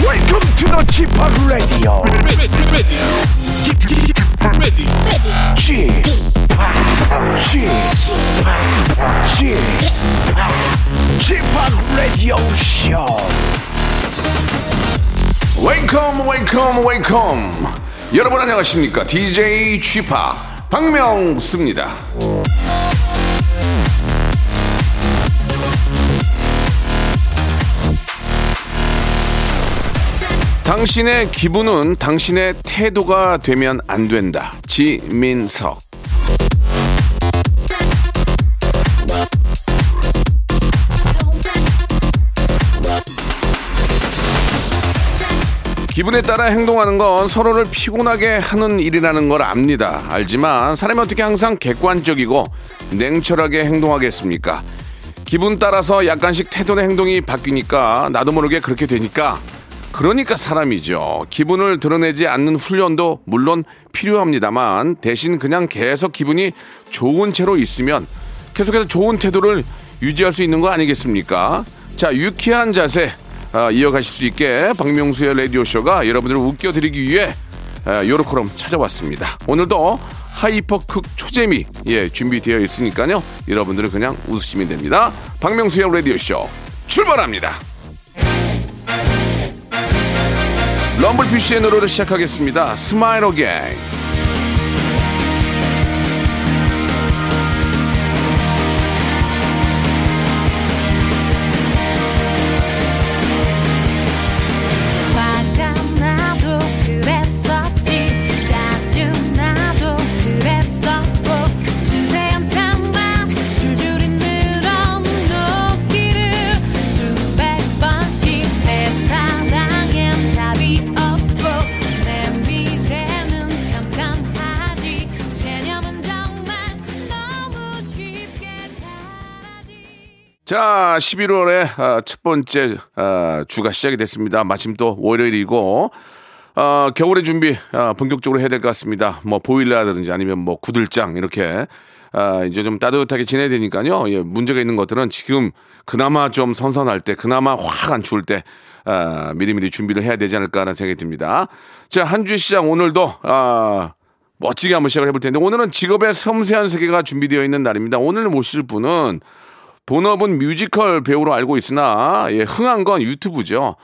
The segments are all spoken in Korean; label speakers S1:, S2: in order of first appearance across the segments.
S1: Welcome to the g p o p Radio.
S2: ready, ready, ready, ready.
S1: g p o p g p o p g p o p Radio Show.
S3: 웨이컴 웨이컴 웨이컴 여러분 안녕하십니까 DJ 취파 박명수입니다 당신의 기분은 당신의 태도가 되면 안 된다 지민석 기분에 따라 행동하는 건 서로를 피곤하게 하는 일이라는 걸 압니다. 알지만 사람이 어떻게 항상 객관적이고 냉철하게 행동하겠습니까? 기분 따라서 약간씩 태도나 행동이 바뀌니까 나도 모르게 그렇게 되니까 그러니까 사람이죠. 기분을 드러내지 않는 훈련도 물론 필요합니다만 대신 그냥 계속 기분이 좋은 채로 있으면 계속해서 좋은 태도를 유지할 수 있는 거 아니겠습니까? 자, 유쾌한 자세 아, 이어가실 수 있게 박명수의 라디오 쇼가 여러분들을 웃겨드리기 위해 아, 요로코럼 찾아왔습니다. 오늘도 하이퍼극 초재미 예 준비되어 있으니까요. 여러분들은 그냥 웃으시면 됩니다. 박명수의 라디오 쇼 출발합니다. 럼블피쉬의 노래를 시작하겠습니다. 스마일 어게인.
S4: 화가 나도 그랬었지 짜증 나도 그랬었고 신세한 탓만 줄줄이 늘어놓기를 수백 번씩 내 사랑엔 답이 없고 내 미래는 깜깜하지 체념은 정말 너무 쉽게 차지
S3: 자, 11월의 첫 번째 아, 주가 시작이 됐습니다. 마침 또 월요일이고 아, 겨울의 준비 아, 본격적으로 해야 될 것 같습니다. 뭐 보일러라든지 아니면 뭐 구들장 이렇게 아, 이제 좀 따뜻하게 지내야 되니까요. 예, 문제가 있는 것들은 지금 그나마 좀 선선할 때, 그나마 확 안 추울 때 아, 미리미리 준비를 해야 되지 않을까라는 생각이 듭니다. 자, 한 주의 시장 오늘도 아, 멋지게 한번 시작을 해볼 텐데 오늘은 직업의 섬세한 세계가 준비되어 있는 날입니다. 오늘 모실 분은 본업은 뮤지컬 배우로 알고 있으나 예, 흥한 건 유튜브죠.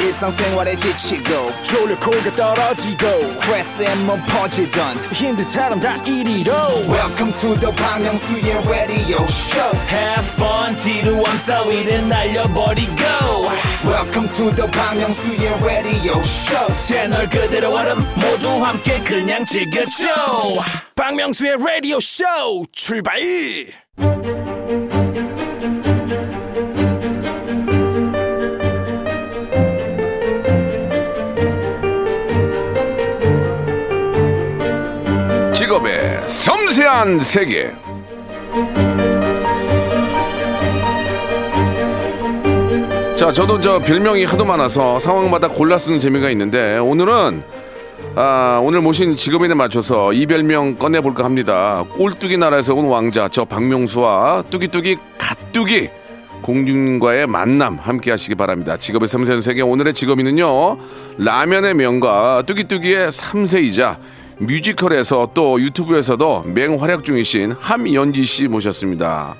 S5: 일상생활에 지치고, 졸려 코가 떨어지고, 스트레스에 몸 퍼지던, 힘든 사람 다 이리로. welcome to the Bang Myung-soo's radio show
S6: Have fun 지루함 따위를 날려버리고
S5: welcome to the Bang Myung-soo's radio show
S6: 채널 그대로 얼음 모두 함께 그냥 즐겨줘
S5: 박명수의 radio show 출발
S3: 직업의 섬세한 세계. 자, 저도 저 별명이 하도 많아서 상황마다 골라 쓰는 재미가 있는데 오늘은 아, 오늘 모신 직업인에 맞춰서 이별명 꺼내볼까 합니다. 꼴뚜기 나라에서 온 왕자, 저 박명수와 뚜기뚜기 가뚜기 공중과의 만남 함께 하시기 바랍니다. 직업의 삼세연 세계 오늘의 직업인은요, 라면의 명가 뚜기뚜기의 삼세이자 뮤지컬에서 또 유튜브에서도 맹활약 중이신 함연지 씨 모셨습니다.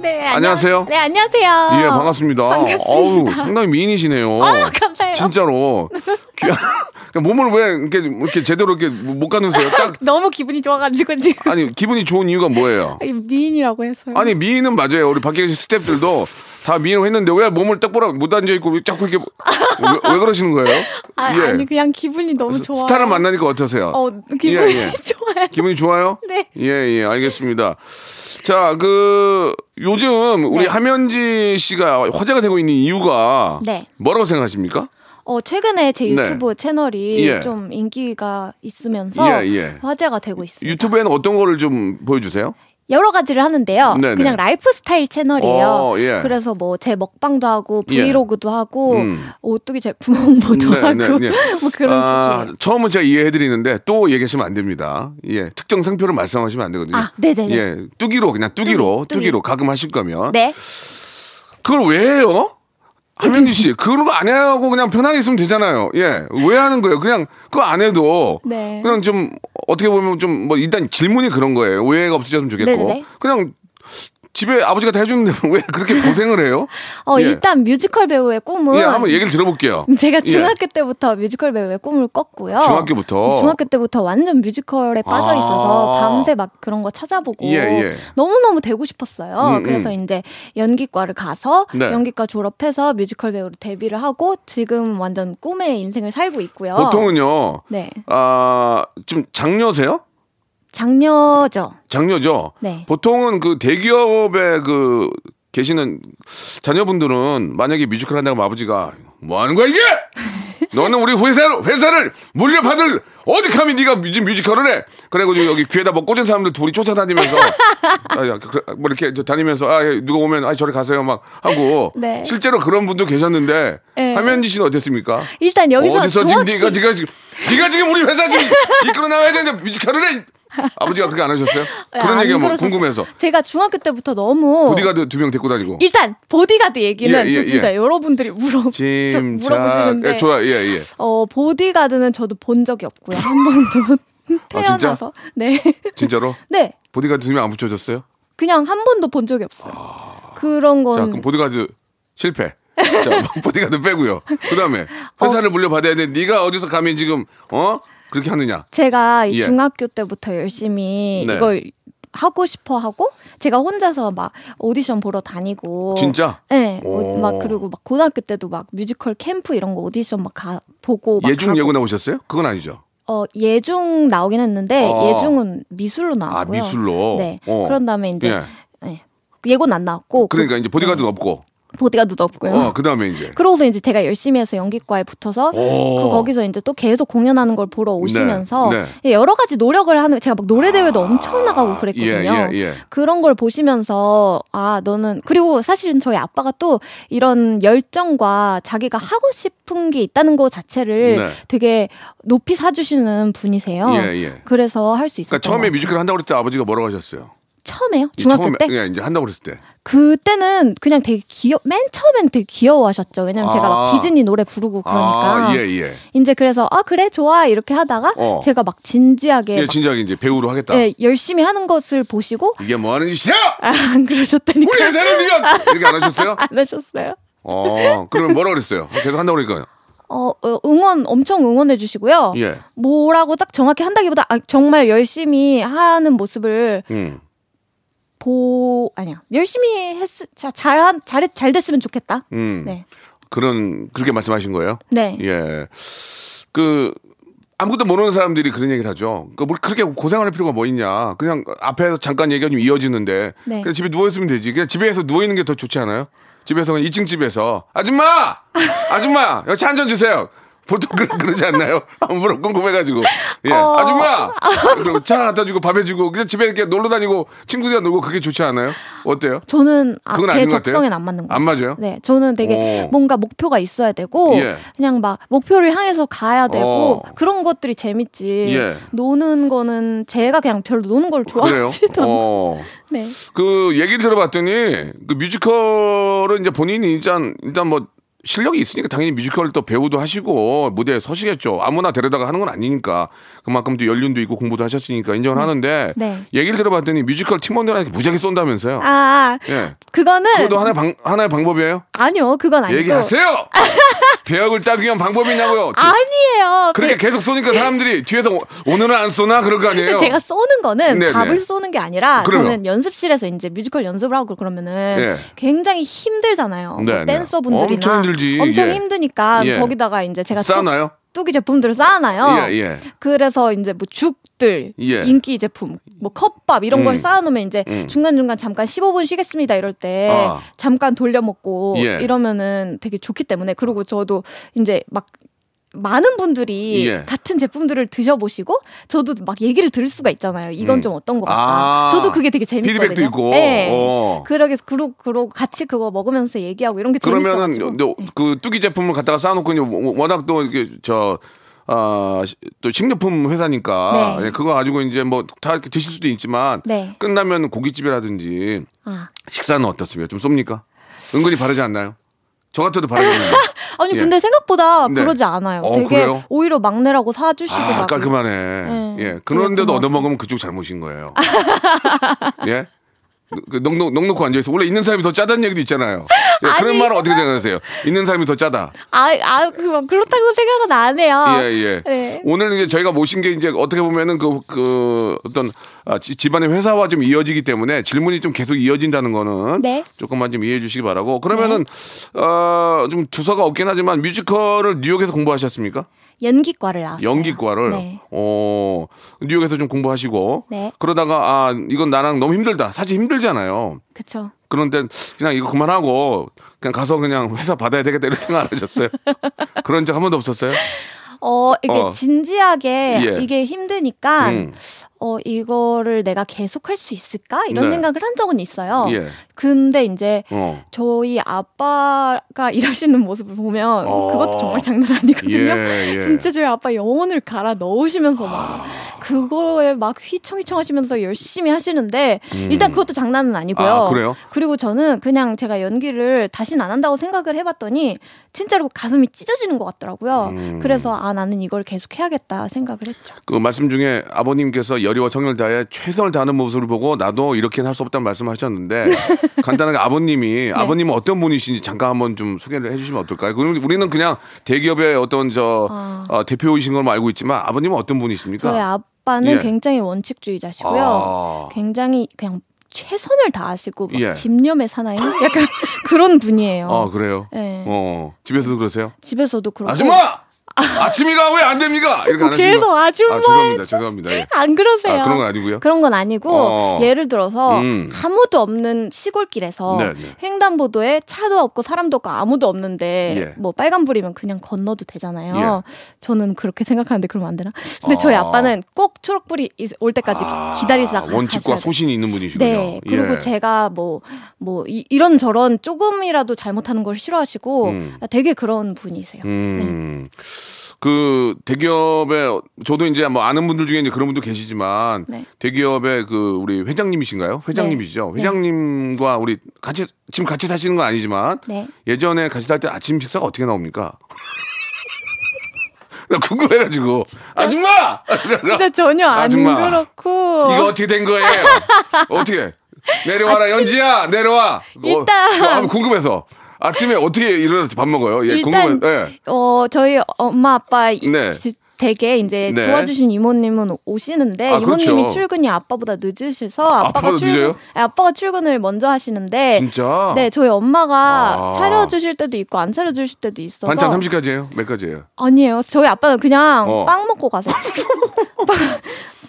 S7: 네,
S3: 안녕하세요.
S7: 네, 안녕하세요.
S3: 예, 반갑습니다.
S7: 반갑습니다.
S3: 어우, 상당히 미인이시네요.
S7: 아유, 감사해요.
S3: 진짜로. 귀- 몸을 왜 이렇게, 뭐 이렇게 제대로 이렇게 못 가누세요? 딱,
S7: 너무 기분이 좋아가지고 지금
S3: 아니, 기분이 좋은 이유가 뭐예요?
S7: 이 미인이라고 해서요.
S3: 아니, 미인은 맞아요. 우리 밖에 계신 스탭들도 다 미인을 했는데 왜 몸을 딱 보라 못 앉아있고 자꾸 이렇게. 왜, 왜 그러시는 거예요?
S7: 아, 아니 그냥 기분이 너무 좋아.
S3: 스타를 만나니까 어떠세요?
S7: 어, 기분이
S3: 예, 예.
S7: 좋아요.
S3: 기분이 좋아요?
S7: 네.
S3: 예, 예, 알겠습니다. 자, 그, 요즘 우리
S7: 네.
S3: 함현지 씨가 화제가 되고 있는 이유가
S7: 네.
S3: 뭐라고 생각하십니까?
S7: 어, 최근에 제
S3: 네.
S7: 유튜브 채널이
S3: 예.
S7: 좀 인기가 있으면서
S3: 예, 예.
S7: 화제가 되고 있어요.
S3: 유튜브에는 어떤 거를 좀 보여주세요?
S7: 여러 가지를 하는데요.
S3: 네,
S7: 그냥
S3: 네.
S7: 라이프스타일 채널이에요.
S3: 어, 예.
S7: 그래서 뭐 제 먹방도 하고
S3: 예.
S7: 브이로그도 하고
S3: 음.
S7: 오뚜기 제품 홍보도 하고 뭐 그런
S3: 네, 아,
S7: 식이에요.
S3: 처음은 제가 이해해드리는데 또 얘기하시면 안 됩니다. 예, 특정 상표를 말씀하시면 안 되거든요.
S7: 아, 네네네.
S3: 예, 뚜기로 그냥 뚜기로
S7: 뚜기.
S3: 뚜기로 가끔 하실 거면
S7: 네.
S3: 그걸 왜 해요? 함현지
S7: 네.
S3: 씨, 그런 거 안 하고 그냥 편하게 있으면 되잖아요. 예, 왜 하는 거예요? 그냥 그거 안 해도
S7: 네.
S3: 그냥 좀 어떻게 보면 좀 뭐 일단 질문이 그런 거예요. 오해가 없으셨으면 좋겠고
S7: 네네네.
S3: 그냥 집에 아버지가 다 해주는데 왜 그렇게 고생을 해요?
S7: 어
S3: 예.
S7: 일단 뮤지컬 배우의 꿈은
S3: 예, 한번 얘기를 들어볼게요.
S7: 제가
S3: 예.
S7: 중학교 때부터 뮤지컬 배우의 꿈을 꿨고요.
S3: 중학교부터?
S7: 어. 중학교 때부터 완전 뮤지컬에 빠져 있어서
S3: 어. 아.
S7: 밤새 막 그런 거 찾아보고
S3: 예, 예.
S7: 너무 너무 되고 싶었어요.
S3: 음, 음.
S7: 그래서 이제 연기과를 가서
S3: 네.
S7: 연기과 졸업해서 뮤지컬 배우로 데뷔를 하고 지금 완전 꿈의 인생을 살고 있고요.
S3: 보통은요.
S7: 네
S3: 아, 좀 장녀세요?
S7: 장녀죠.
S3: 장녀죠.
S7: 네.
S3: 보통은 그 대기업에 그 계시는 자녀분들은 만약에 뮤지컬 한다고 하면 아버지가 뭐 하는 거야 이게? 너는 우리 회사를 회사를 물려받을 어디 감히 네가 지금 뮤지컬을 해? 그래가지고 여기 귀에다 뭐 꽂은 사람들 둘이 쫓아다니면서 아, 야, 그래, 뭐 이렇게 저 다니면서 아 예, 누가 오면 아 저리 가세요 막 하고
S7: 네.
S3: 실제로 그런 분도 계셨는데
S7: 네.
S3: 함현지 씨는 어땠습니까?
S7: 일단 여기서
S3: 어디서 지금
S7: 정확히
S3: 네가 네가 지금 네가 지금 우리 회사 지금 이끌어 나와야 되는데 뮤지컬을 해. 아버지가 그렇게 안 하셨어요? 그런
S7: 네, 안
S3: 얘기가 뭐
S7: 그러셨어요.
S3: 궁금해서
S7: 제가 중학교 때부터 너무
S3: 보디가드 두 명 데리고 다니고
S7: 일단 보디가드 얘기는
S3: 예, 예,
S7: 저 진짜
S3: 예.
S7: 여러분들이 물어 저
S3: 짐작
S7: 물어보시는데
S3: 예, 좋아 예예
S7: 어 보디가드는 저도 본 적이 없고요 한 번도
S3: 아, 진짜?
S7: 태어나서 네네
S3: 진짜로 보디가드 두 명 안 붙여줬어요?
S7: 그냥 한 번도 본 적이 없어요 그런
S3: 아. 자
S7: 건
S3: 그럼 보디가드 실패 자 보디가드 빼고요 그 다음에
S7: 어.
S3: 회사를 물려받아야 돼 네가 어디서 감히 지금 어 그렇게 하느냐
S7: 제가 이
S3: 예.
S7: 중학교 때부터 열심히
S3: 네.
S7: 이걸 하고 싶어 하고 제가 혼자서 막 오디션 보러 다니고
S3: 진짜?
S7: 네, 어,
S3: 오.
S7: 막 그리고 막 고등학교 때도 막 뮤지컬 캠프 이런 거 오디션 막 가, 보고 어, 막
S3: 예중
S7: 가고.
S3: 예고 나오셨어요? 그건 아니죠
S7: 어 예중 나오긴 했는데
S3: 아.
S7: 예중은 미술로 나왔고요.
S3: 아 미술로
S7: 네.
S3: 어.
S7: 그런 다음에 이제
S3: 예.
S7: 예고는 안 나왔고
S3: 그러니까 이제 보디가드는
S7: 어.
S3: 없고
S7: 보디가드도 없고요.
S3: 어그 다음에 이제 그러니까
S7: 그러고서 이제 제가 열심히 해서 연기과에 붙어서
S3: 오.
S7: 그 거기서 이제 또 계속 공연하는 걸 보러 오시면서 예,
S3: 네,
S7: 여러 가지 노력을 하는 제가 막 노래 대회도 엄청 나가고 그랬거든요.
S3: 예, 예, 예.
S7: 그런 걸 보시면서 아 너는 그리고 사실은 저희 아빠가 또 이런 열정과 자기가 하고 싶은 게 있다는 거 자체를
S3: 네.
S7: 되게 높이 사주시는 분이세요.
S3: 예, 예.
S7: 그래서 할 수 있었던
S3: 그러니까 처음에
S7: 것 같아요.
S3: 뮤지컬 한다고 그랬을 때 아버지가 뭐라고 하셨어요?
S7: 처음에요? 중학교
S3: 처음에,
S7: 때?
S3: 예, 이제 한다고 그랬을 때.
S7: 그때는 그냥 되게 귀여 맨 처음엔 되게 귀여워하셨죠. 왜냐면 제가 막
S3: 아.
S7: 디즈니 노래 부르고 그러니까.
S3: 아, 예, 예.
S7: 이제 그래서 아 그래 좋아 이렇게 하다가
S3: 어.
S7: 제가 막 진지하게
S3: 예,
S7: 막,
S3: 진작에 이제 배우로 하겠다.
S7: 예, 열심히 하는 것을 보시고
S3: 이게 뭐 하는 짓이야?
S7: 아, 안 그러셨다니까.
S3: 우리 회사는 네가 이렇게 안 하셨어요?
S7: 안 하셨어요?
S3: 어, 그러면 뭐라고 그랬어요? 계속 한다고 그러니까.
S7: 어, 어, 응원 엄청 응원해 주시고요.
S3: 예.
S7: 뭐라고 딱 정확히 한다기보다 아, 정말 열심히 하는 모습을
S3: 음.
S7: 보 아니야 열심히 했 잘잘잘 잘 됐으면 좋겠다.
S3: 음.
S7: 네.
S3: 그런 그렇게 말씀하신 거예요?
S7: 네.
S3: 예. 그 아무것도 모르는 사람들이 그런 얘기를 하죠. 그뭘 그렇게 고생할 필요가 뭐 있냐. 그냥 앞에서 잠깐 얘기가 좀 이어지는데
S7: 네.
S3: 그냥 집에 누워 있으면 되지. 그냥 집에서 누워 있는 게 더 좋지 않아요? 집에서 그냥 2층 집에서 아줌마, 아줌마 여기 차 한 잔 주세요. 보통 그러, 그러지 않나요? 아무런 궁금해가지고. 예.
S7: 어.
S3: 아줌마! 그리고 차 갖다 주고 밥 해주고 그냥 집에 이렇게 놀러 다니고 친구들이랑 놀고 그게 좋지 않아요? 어때요?
S7: 저는 아,
S3: 그건
S7: 제
S3: 아닌 것 같아요?
S7: 적성엔 안 맞는 거
S3: 안 맞아요?
S7: 네, 저는 되게
S3: 오.
S7: 뭔가 목표가 있어야 되고
S3: 예.
S7: 그냥 막 목표를 향해서 가야
S3: 어.
S7: 되고 그런 것들이 재밌지.
S3: 예. 어,
S7: 노는 거는 제가 그냥 별로 노는 걸
S3: 그래요?
S7: 좋아하지도 않
S3: 어.
S7: 네.
S3: 그 얘기를 들어봤더니 그 뮤지컬은 이제 본인이 일단 일단 뭐 실력이 있으니까 당연히 뮤지컬 또 배우도 하시고 무대에 서시겠죠. 아무나 데려다가 하는 건 아니니까 그만큼 또 연륜도 있고 공부도 하셨으니까 인정을 하는데
S7: 네.
S3: 얘기를 들어봤더니 뮤지컬 팀원들한테 무지하게 쏜다면서요.
S7: 아,
S3: 예.
S7: 그거는
S3: 그것도 하나의 방 하나의 방법이에요.
S7: 아니요, 그건 아니고.
S3: 얘기하세요. 배역을 따기 위한 방법이냐고요. 저-
S7: 아니에요. 네.
S3: 그렇게 계속 쏘니까 사람들이 뒤에서 오- 오늘은 안 쏘나 그럴 거 아니에요.
S7: 제가 쏘는 거는
S3: 네, 네.
S7: 답을 쏘는 게 아니라
S3: 그러면.
S7: 저는 연습실에서 이제 뮤지컬 연습을 하고 그러면은
S3: 예.
S7: 굉장히 힘들잖아요.
S3: 네,
S7: 뭐
S3: 네.
S7: 댄서분들이나
S3: 엄청 힘들지.
S7: 엄청
S3: 예.
S7: 힘드니까
S3: 예.
S7: 거기다가 이제 제가
S3: 싸나요?
S7: 뚜기 제품들을 쌓아놔요.
S3: 예, 예.
S7: 그래서 이제 뭐 죽들,
S3: 예.
S7: 인기 제품, 뭐 컵밥 이런
S3: 음.
S7: 걸 쌓아놓으면 이제
S3: 음.
S7: 중간 중간 잠깐 15분 쉬겠습니다 이럴 때
S3: 아.
S7: 잠깐 돌려 먹고
S3: 예.
S7: 이러면은 되게 좋기 때문에 그리고 저도 이제 막 많은 분들이
S3: 예.
S7: 같은 제품들을 드셔보시고 저도 막 얘기를 들을 수가 있잖아요. 이건
S3: 음.
S7: 좀 어떤 것 같다.
S3: 아.
S7: 저도 그게 되게 재밌거든요.
S3: 피드백도 있고.
S7: 네.
S3: 어.
S7: 그러게 그러 그러 같이 그거 먹으면서 얘기하고 이런 게
S3: 그러면은
S7: 재밌어가지고.
S3: 요- 그 뚜기 제품을 갖다가 쌓아놓고 이제 워- 워낙 또 이렇게 저 아, 시- 또 식료품 회사니까
S7: 네.
S3: 예, 그거 가지고 이제 뭐 다 이렇게 드실 수도 있지만
S7: 네.
S3: 끝나면 고깃집이라든지
S7: 아.
S3: 식사는 어떻습니까? 좀 쏩니까? 은근히 바르지 않나요? 저 같아도 바르잖아요.
S7: 아니
S3: 예.
S7: 근데 생각보다
S3: 네.
S7: 그러지 않아요.
S3: 어,
S7: 되게
S3: 그래요?
S7: 오히려 막내라고 사주시고
S3: 아,
S7: 막
S3: 깔끔하네. 예. 그런데도
S7: 그랬던
S3: 얻어먹으면 그쪽 잘못인 거예요. 예? 그 넉넉, 넉넉히 앉아있어. 원래 있는 사람이 더 짜다는 얘기도 있잖아요. 예, 그런 말은 어떻게 생각하세요? 있는 사람이 더 짜다.
S7: 아, 아, 그, 막 그렇다고 생각은 안 해요.
S3: 예, 예.
S7: 네.
S3: 오늘 이제 저희가 모신 게 이제 어떻게 보면은 그, 그 어떤 아, 지- 집안의 회사와 좀 이어지기 때문에 질문이 좀 계속 이어진다는 거는
S7: 네.
S3: 조금만 좀 이해해 주시기 바라고. 그러면은, 어, 좀 두서가 없긴 하지만 뮤지컬을 뉴욕에서 공부하셨습니까?
S7: 연기과를 나왔어요.
S3: 예. 연기과를
S7: 네.
S3: 어 뉴욕에서 좀 공부하시고
S7: 네.
S3: 그러다가 아 이건 나랑 너무 힘들다 사실 힘들잖아요
S7: 그쵸.
S3: 그런데 그냥 이거 그만하고 그냥 가서 그냥 회사 받아야 되겠다 이런 생각 안 하셨어요 그런 적 한 번도 없었어요
S7: 어, 이게
S3: 어.
S7: 진지하게
S3: 예.
S7: 이게 힘드니까
S3: 음.
S7: 어, 이거를 내가 계속 할 수 있을까? 이런
S3: 네.
S7: 생각을 한 적은 있어요.
S3: 예.
S7: 근데 이제
S3: 어.
S7: 저희 아빠가 일하시는 모습을 보면
S3: 어.
S7: 그것도 정말 장난 아니거든요.
S3: 예, 아. 예.
S7: 진짜 저희 아빠 영혼을 갈아 넣으시면서 막 그거에 막 휘청휘청 하시면서 열심히 하시는데
S3: 음.
S7: 일단 그것도 장난은 아니고요.
S3: 아, 그래요?
S7: 리고 저는 그냥 제가 연기를 다신 안 한다고 생각을 해봤더니 진짜로 가슴이 찢어지는 것 같더라고요.
S3: 음.
S7: 그래서 아 나는 이걸 계속 해야겠다 생각을 했죠.
S3: 그 말씀 중에 아버님께서 열의와 성을 다해 최선을 다하는 모습을 보고 나도 이렇게는 할 수 없다는
S7: 네.
S3: 말씀하셨는데 간단하게 아버님이 아버님은 어떤 분이신지 잠깐 한번 좀 소개를 해주시면 어떨까요? 그럼 우리는 그냥 대기업의 어떤 저
S7: 아.
S3: 어, 대표이신 걸만 알고 있지만 아버님은 어떤 분이십니까?
S7: 저희 아빠는
S3: 예.
S7: 굉장히 원칙주의자시고요.
S3: 아.
S7: 굉장히 그냥 최선을 다하시고 막
S3: 예.
S7: 집념의 사나이 약간 그런 분이에요.
S3: 아 그래요?
S7: 네.
S3: 어 집에서도 그러세요?
S7: 집에서도 그렇고
S3: 아줌마 아침이가 왜 안 됩니까? 이렇게 안
S7: 뭐
S3: 하시는
S7: 계속
S3: 거-
S7: 아줌마
S3: 아, 죄송합니다 죄송합니다 예.
S7: 안 그러세요.
S3: 아, 그런 건 아니고요?
S7: 그런 건 아니고
S3: 어.
S7: 예를 들어서
S3: 음.
S7: 아무도 없는 시골길에서
S3: 네, 네.
S7: 횡단보도에 차도 없고 사람도 없고 아무도 없는데
S3: 예.
S7: 뭐 빨간불이면 그냥 건너도 되잖아요. 저는 그렇게 생각하는데 그러면 안 되나? 근데 저희
S3: 아.
S7: 아빠는 꼭 초록불이 있- 올 때까지 기다리다가
S3: 아, 원칙과
S7: 가셔야 돼요.
S3: 소신이 있는 분이시군요.
S7: 네. 그리고
S3: 예.
S7: 제가 뭐, 뭐, 이, 런 저런 조금이라도 잘못하는 걸 싫어하시고
S3: 음.
S7: 되게 그런 분이세요. 네.
S3: 음. 그 대기업에 저도 이제 뭐 아는 분들 중에 이제 그런 분도 계시지만
S7: 네.
S3: 대기업의 그 우리 회장님이신가요? 회장님이시죠.
S7: 네.
S3: 회장님과 우리 같이 지금 같이 사시는 건 아니지만
S7: 네.
S3: 예전에 같이 살 때 아침 식사가 어떻게 나옵니까? 나 궁금해가지고 아줌마
S7: 진짜 전혀 안
S3: 아줌마.
S7: 그렇고.
S3: 이거 어떻게 된 거예요? 어떻게 내려와라
S7: 아침-
S3: 연지야 내려와. 어,
S7: 일단-
S3: 아, 궁금해서 아침에 어떻게 일어나서 밥 먹어요? 예,
S7: 일단
S3: 궁금해. 예.
S7: 어 저희 엄마 아빠 이-
S3: 네.
S7: 집 댁에 이제
S3: 네.
S7: 도와주신 이모님은 오시는데
S3: 아,
S7: 이모님이
S3: 그렇죠.
S7: 출근이 아빠보다 늦으셔서 아빠가
S3: 아빠보다
S7: 출근
S3: 늦어요?
S7: 네, 아빠가 출근을 먼저 하시는데
S3: 진짜?
S7: 네 저희 엄마가
S3: 아.
S7: 차려주실 때도 있고 안 차려주실 때도 있어서
S3: 반찬 어. 30까지예요? 몇 가지예요?
S7: 아니에요 저희 아빠는 그냥
S3: 어.
S7: 빵 먹고 가세요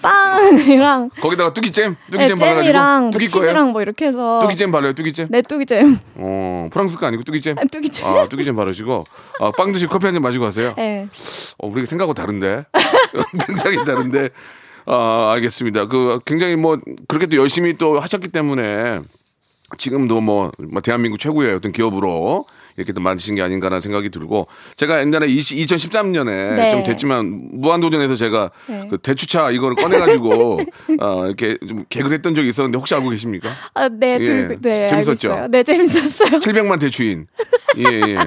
S7: 빵이랑
S3: 거기다가 뚜기잼?
S7: 네,
S3: 뚜기잼 발라가지고?
S7: 잼이랑 뭐
S3: 뚜기 거예요?
S7: 치즈랑 뭐 이렇게 해서
S3: 뚜기잼 발라요, 뚜기잼?
S7: 네 뚜기잼.
S3: 어, 프랑스 거 아니고 뚜기잼?
S7: 아, 뚜기잼.
S3: 아, 뚜기잼 바르시고. 아, 빵 드시고 커피 한 잔 마시고 가세요?
S7: 네.
S3: 어, 우리 생각하고 다른데. 굉장히 다른데. 아, 알겠습니다. 그 굉장히 뭐 그렇게 또 열심히 또 하셨기 때문에 지금도 뭐, 뭐 대한민국 최고의 어떤 기업으로 이렇게 또 만드신 게 아닌가라는 생각이 들고 제가 옛날에 20, 2013년에
S7: 네.
S3: 좀 됐지만 무한도전에서 제가
S7: 네.
S3: 그 대추차 이거를 꺼내가지고 어, 이렇게 좀 개그를 했던 적이 있었는데 혹시 알고 계십니까?
S7: 아, 네, 들,
S3: 예,
S7: 네
S3: 재밌었죠?
S7: 알고 있어요. 네 재밌었어요.
S3: 700만 대주인. 예, 예.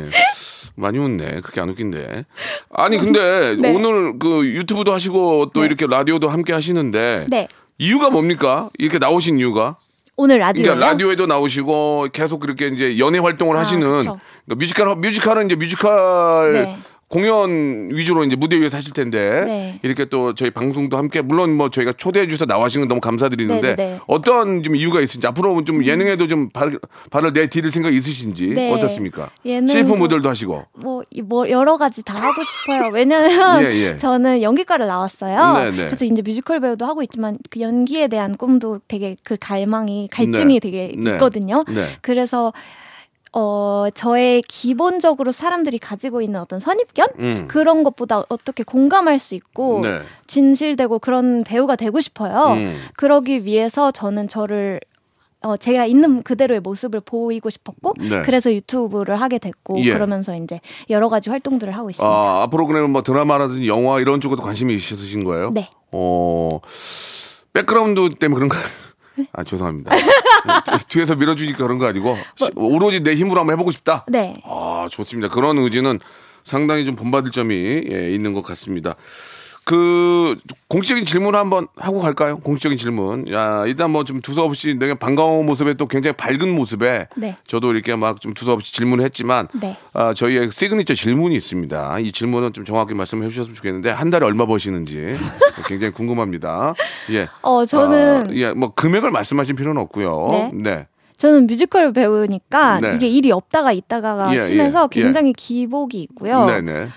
S3: 많이 웃네. 그게 안 웃긴데. 아니, 근데
S7: 네.
S3: 오늘 그 유튜브도 하시고 또 이렇게 라디오도 함께 하시는데
S7: 네
S3: 이유가 뭡니까? 이렇게 나오신 이유가?
S7: 오늘 라디오.
S3: 그러니까 라디오에도 나오시고 계속 그렇게 이제 연예 활동을
S7: 아,
S3: 하시는
S7: 그쵸.
S3: 그러니까 뮤지컬 뮤지컬은 이제 뮤지컬
S7: 네.
S3: 공연 위주로 이제 무대 위에서 하실 텐데
S7: 네.
S3: 이렇게 또 저희 방송도 함께 물론 뭐 저희가 초대해 주셔서 나와시는 건 너무 감사드리는데
S7: 네, 네, 네.
S3: 어떤 좀 이유가 있으신지 앞으로 좀 예능에도 좀 발, 발을 내디딜 생각 이 있으신지
S7: 네.
S3: 어떻습니까?
S7: 예능도-
S3: CF 모델도 하시고
S7: 뭐, 이- 뭐 여러 가지 다 하고 싶어요. 왜냐면
S3: 예, 예.
S7: 저는 연기과를 나왔어요.
S3: 네, 네.
S7: 그래서 이제 뮤지컬 배우도 하고 있지만 그 연기에 대한 꿈도 되게 그 갈망이 갈증이
S3: 네.
S7: 되게
S3: 네.
S7: 있거든요.
S3: 네.
S7: 그래서 어 저의 기본적으로 사람들이 가지고 있는 어떤 선입견
S3: 음.
S7: 그런 것보다 어떻게 공감할 수 있고
S3: 네.
S7: 진실되고 그런 배우가 되고 싶어요.
S3: 음.
S7: 그러기 위해서 저는 저를 어, 제가 있는 그대로의 모습을 보이고 싶었고
S3: 네.
S7: 그래서 유튜브를 하게 됐고
S3: 예.
S7: 그러면서 이제 여러 가지 활동들을 하고 있습니다.
S3: 아, 앞으로 그러면 뭐 드라마라든지 영화 이런 쪽에도 관심이 있으신 거예요?
S7: 네.
S3: 어, 백그라운드 때문에 그런가요?
S7: 네.
S3: 아, 죄송합니다. 뒤- 뒤에서 밀어주니까 그런 거 아니고, 시-
S7: 뭐
S3: 오로지 내 힘으로 한번 해보고 싶다?
S7: 네.
S3: 아, 좋습니다. 그런 의지는 상당히 좀 본받을 점이 예, 있는 것 같습니다. 그 공식적인 질문을 한번 하고 갈까요? 공식적인 질문. 야, 일단 뭐 좀 두서없이 내가 반가운 모습에 또 굉장히 밝은 모습에
S7: 네.
S3: 저도 이렇게 막 좀 두서없이 질문을 했지만
S7: 네.
S3: 아, 저희의 시그니처 질문이 있습니다. 이 질문은 좀 정확히 말씀해 주셨으면 좋겠는데 한 달에 얼마 버시는지 굉장히 궁금합니다. 예.
S7: 어, 저는-
S3: 아, 예, 뭐 금액을 말씀하신 필요는 없고요.
S7: 네.
S3: 네.
S7: 저는 뮤지컬 배우니까
S3: 네.
S7: 이게 일이 없다가 있다가가
S3: 예, 예,
S7: 심해서
S3: 예.
S7: 굉장히 기복이 있고요.
S3: 네, 네.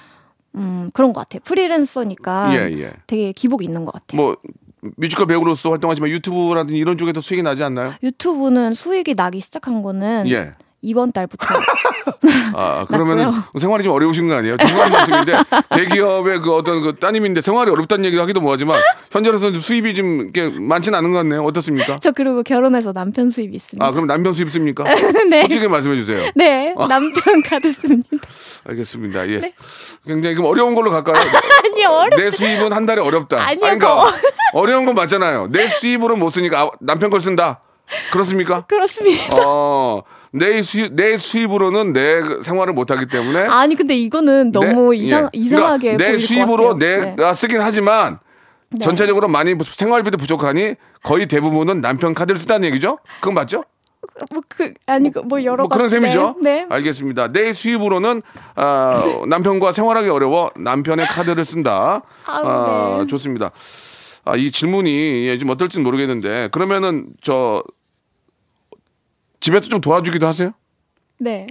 S7: 음, 그런 것 같아요. 프리랜서니까
S3: 예, 예.
S7: 되게 기복이 있는 것 같아요.
S3: 뭐 뮤지컬 배우로서 활동하지만 유튜브라든지 이런 쪽에도 수익이 나지 않나요?
S7: 유튜브는 수익이 나기 시작한 거는
S3: 예.
S7: 이번 달부터
S3: 아, 그러면
S7: 맞고요.
S3: 생활이 좀 어려우신 거 아니에요? 죄송한 말씀인데 대기업의 그 어떤 그 따님인데 생활이 어렵다는 얘기도 하기도 뭐하지만 현재로서는 수입이 좀 이렇게 많지는 않은 것 같네요. 어떻습니까?
S7: 저 그리고 결혼해서 남편 수입이 있습니다.
S3: 아, 그럼 남편 수입 씁니까?
S7: 네.
S3: 솔직히 말씀해 주세요.
S7: 네, 남편 카드 씁니다.
S3: 알겠습니다. 예. 굉장히 그럼 어려운 걸로 갈까요?
S7: 아니 네. 어렵.
S3: 내 수입은 한 달에 어렵다.
S7: 아니요,
S3: 아니, 그러니까 어려운 건 맞잖아요. 내 수입으로 못 쓰니까 아, 남편 걸 쓴다. 그렇습니까?
S7: 그렇습니다.
S3: 어, 내 수입, 내 수입으로는 내그 생활을 못 하기 때문에
S7: 아니 근데 이거는 너무
S3: 내-
S7: 이상
S3: 예.
S7: 이상하게
S3: 그러니까 내
S7: 보일
S3: 수입으로
S7: 것 같아요. 네.
S3: 내가 쓰긴 하지만 전체적으로 많이 부- 생활비도 부족하니 거의 대부분은 남편 카드를 쓰다는 얘기죠? 그건 맞죠?
S7: 뭐그 아니 그 뭐 여러
S3: 뭐 그런
S7: 가지-
S3: 셈이죠. 아.
S7: 네. 네.
S3: 알겠습니다. 내 수입으로는 아, 남편과 생활하기 어려워 남편의 카드를 쓴다.
S7: 아우,
S3: 아,
S7: 네.
S3: 좋습니다. 아, 이 질문이 예, 좀 어떨지는 모르겠는데 그러면은 저 집에서 좀 도와주기도 하세요?
S7: 네.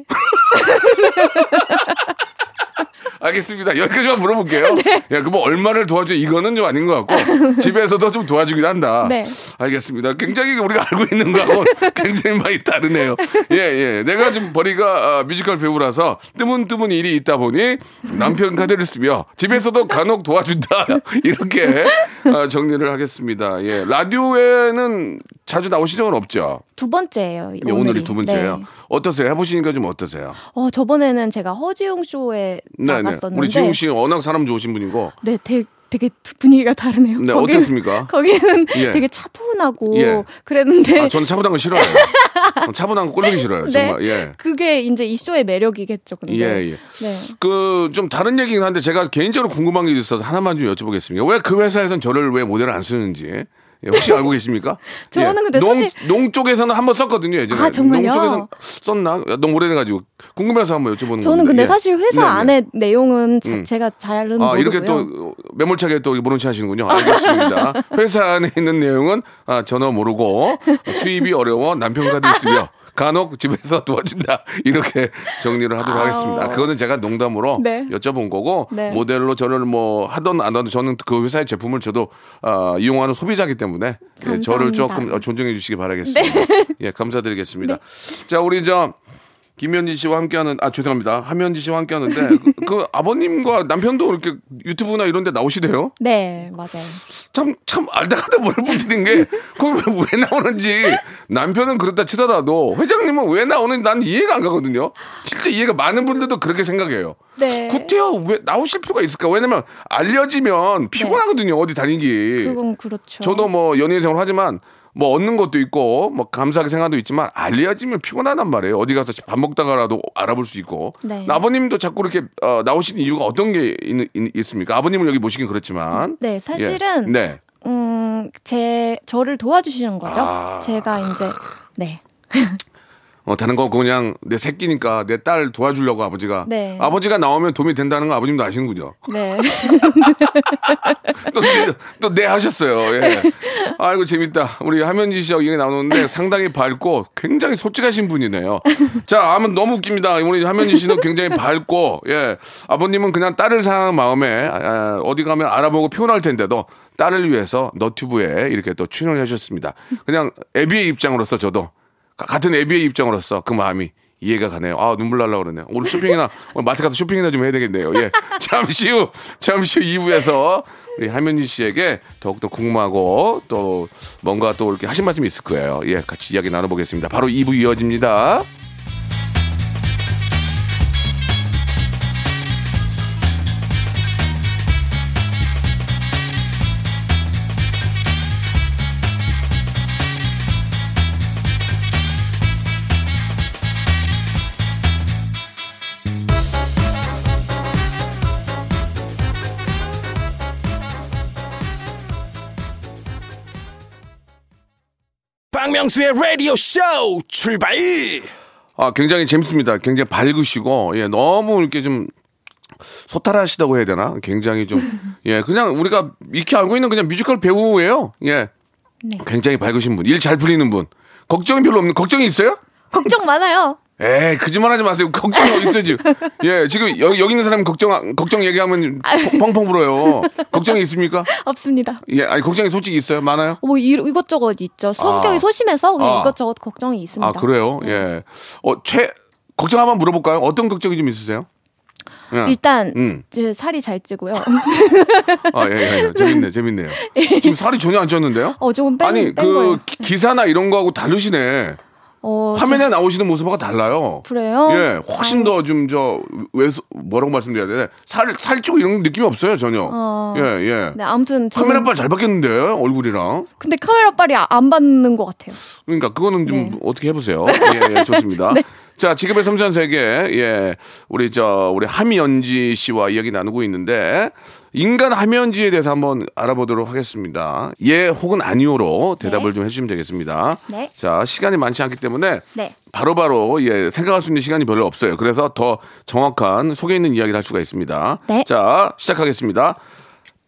S3: 알겠습니다. 여기까지만 물어볼게요.
S7: 네.
S3: 야, 그뭐 얼마를 도와줘 이거는 좀 아닌 것 같고 집에서도 좀 도와주기도 한다.
S7: 네.
S3: 알겠습니다. 굉장히 우리가 알고 있는 거하고 굉장히 많이 다르네요. 예, 예. 내가 지금 버리가 아, 뮤지컬 배우라서 뜨문뜨문 일이 있다 보니 남편 카드를 쓰며 집에서도 간혹 도와준다. 이렇게 아, 정리를 하겠습니다. 예. 라디오에는 자주 나오신 적은 없죠.
S7: 두 번째예요.
S3: 예,
S7: 오늘이,
S3: 오늘이 두 번째예요.
S7: 네.
S3: 어떠세요? 해보시니까 좀 어떠세요?
S7: 어 저번에는 제가 허지웅 쇼에 나갔었는데
S3: 네, 우리 지웅 씨는 워낙 사람 좋으신 분이고
S7: 네, 되게, 되게 두- 분위기가 다르네요.
S3: 네,
S7: 거기는-
S3: 어땠습니까?
S7: 거기는
S3: 예.
S7: 되게 차분하고
S3: 예.
S7: 그랬는데
S3: 아, 저는 차분한 거 싫어요. 차분한 거 꼴보기 싫어요. 정말. 예.
S7: 그게 이제 이 쇼의 매력이겠죠. 근데.
S3: 예, 예.
S7: 네. 네.
S3: 그 좀 다른 얘기긴 한데 제가 개인적으로 궁금한 게 있어서 하나만 좀 여쭤보겠습니다. 왜 그 회사에선 저를 왜 모델을 안 쓰는지 예, 혹시 알고 계십니까? 예.
S7: 저는 근데
S3: 농,
S7: 사실-
S3: 농 쪽에서는 한번 썼거든요. 예전에.
S7: 아, 정말요?
S3: 농 쪽에서 썼나? 야, 너무 오래돼가지고 궁금해서 한번 여쭤보는
S7: 저는
S3: 겁니다.
S7: 근데
S3: 예.
S7: 사실 회사
S3: 네, 네.
S7: 안의 내용은 자-
S3: 음.
S7: 제가 잘은
S3: 아,
S7: 모르고요.
S3: 이렇게 또 매몰차게 또 모른 체 하시는군요. 알겠습니다. 회사 안에 있는 내용은 아, 전혀 모르고 수입이 어려워 남편과도 있으며 간혹 집에서 도와준다 이렇게 정리를 하도록
S7: 아우.
S3: 하겠습니다. 그거는 제가 농담으로
S7: 네.
S3: 여쭤본 거고
S7: 네.
S3: 모델로 저를 뭐 하던 안 하던 저는 그 회사의 제품을 저도 아, 이용하는 소비자이기 때문에 예, 저를 조금
S7: 감사합니다. 네.
S3: 존중해 주시기 바라겠습니다. 예, 감사드리겠습니다. 자, 우리 저 김현지 씨와 함께하는 아 죄송합니다 함현지 씨와 함께하는데 그, 그 아버님과 남편도 이렇게 유튜브나 이런데 나오시대요.
S7: 네, 맞아요.
S3: 참, 참, 알다가도 모를 분들인 게, 그걸 왜, 왜 나오는지, 남편은 그렇다 치더라도, 회장님은 왜 나오는지 난 이해가 안 가거든요? 진짜 이해가 많은 분들도 그렇게 생각해요.
S7: 네.
S3: 구태여, 왜 나오실 필요가 있을까? 왜냐면, 알려지면 피곤하거든요, 어디 다니기.
S7: 네. 그건 그렇죠.
S3: 예. 저도 뭐 연예인 생활 하지만 뭐 얻는 것도 있고 뭐 감사하게 생각도 있지만 알려지면 피곤하단 말이에요. 어디 가서 밥 먹다가라도 알아볼 수 있고.
S7: 네.
S3: 아버님도 자꾸 이렇게 어, 나오시는 이유가 어떤 게 있, 습니까 아버님을 여기 모시긴 그렇지만.
S7: 네, 사실은
S3: 예. 네.
S7: 음, 제 저를 도와주시는 거죠.
S3: 아.
S7: 제가 이제 네.
S3: 어, 다른 거 그냥 내 새끼니까 내 딸 도와주려고 아버지가.
S7: 네.
S3: 아버지가 나오면 도움이 된다는 거 아버님도 아시는군요.
S7: 네.
S3: 또 네 하셨어요. 예. 아이고 재밌다. 우리 하면지 씨하고 얘기 나오는데 상당히 밝고 굉장히 솔직하신 분이네요. 자, 아무 너무 웃깁니다. 우리 하면지 씨는 굉장히 밝고 예 아버님은 그냥 딸을 사랑하는 마음에 아, 어디 가면 알아보고 피곤할 텐데도 딸을 위해서 너튜브에 이렇게 또 출연을 해주셨습니다. 그냥 애비의 입장으로서 저도 가- 같은 애비의 입장으로서 그 마음이. 이해가 가네요. 아 눈물 날라 그러네요. 오늘 쇼핑이나 오늘 마트 가서 쇼핑이나 좀 해야 되겠네요. 예, 잠시 후 잠시 후 2부에서 우리 하면희 씨에게 더욱더 궁금하고 또 뭔가 또 이렇게 하신 말씀이 있을 거예요. 예, 같이 이야기 나눠보겠습니다. 바로 2부 이어집니다.
S5: 박명수의 라디오 쇼 출발.
S3: 아, 굉장히 재밌습니다. 굉장히 밝으시고, 예, 너무 이렇게 좀 소탈하시다고 해야 되나? 굉장히 좀, 예, 그냥 우리가 익히 알고 있는 그냥 뮤지컬 배우예요. 예.
S7: 네.
S3: 굉장히 밝으신 분, 일 잘 풀리는 분. 걱정이 별로 없는, 걱정이 있어요?
S7: 걱정 많아요.
S3: 에이, 거짓말 하지 마세요. 걱정이 어딨어요, 지금. 예, 지금 여기, 여기 있는 사람이 걱정, 걱정 얘기하면 펑- 펑펑 울어요. 걱정이 있습니까?
S7: 없습니다.
S3: 예, 아니, 걱정이 솔직히 있어요? 많아요?
S7: 뭐 이, 이것저것 있죠. 성격이
S3: 아.
S7: 소심해서 그냥
S3: 아.
S7: 이것저것 걱정이 있습니다. 네.
S3: 아, 그래요? 예. 어, 최, 걱정 한번 물어볼까요? 어떤 걱정이 좀 있으세요? 예.
S7: 일단
S3: 음.
S7: 이제 살이 잘 찌고요. 어,
S3: 아, 예, 예, 예. 재밌네, 재밌네요. 지금 살이 전혀 안 쪘는데요?
S7: 어 조금 뺀,
S3: 아니,
S7: 뺀 거예요.
S3: 그 기- 기사나 이런 거하고 다르시네.
S7: 어,
S3: 화면에 나오시는 모습하고 달라요.
S7: 그래요?
S3: 예, 훨씬
S7: 아유.
S3: 더 좀 저 외소 뭐라고 말씀드려야 되나? 살 살찌고 이런 느낌이 없어요 전혀.
S7: 어.
S3: 예, 예.
S7: 네 아무튼 저는
S3: 카메라 빨 잘 받겠는데 얼굴이랑.
S7: 근데 카메라 빨이 아- 안 받는 것 같아요.
S3: 그러니까 그거는
S7: 네.
S3: 좀 어떻게 해보세요. 예, 예 좋습니다. 자, 지금의 섬세한 세계, 예, 우리 저 우리 함연지 씨와 이야기 나누고 있는데 인간 함연지에 대해서 한번 알아보도록 하겠습니다. 예 혹은 아니오로 대답을 좀 해주시면 되겠습니다.
S7: 네.
S3: 자, 시간이 많지 않기 때문에
S7: 네.
S3: 바로바로 예 생각할 수 있는 시간이 별로 없어요. 그래서 더 정확한 속에 있는 이야기를 할 수가 있습니다.
S7: 네.
S3: 자, 시작하겠습니다.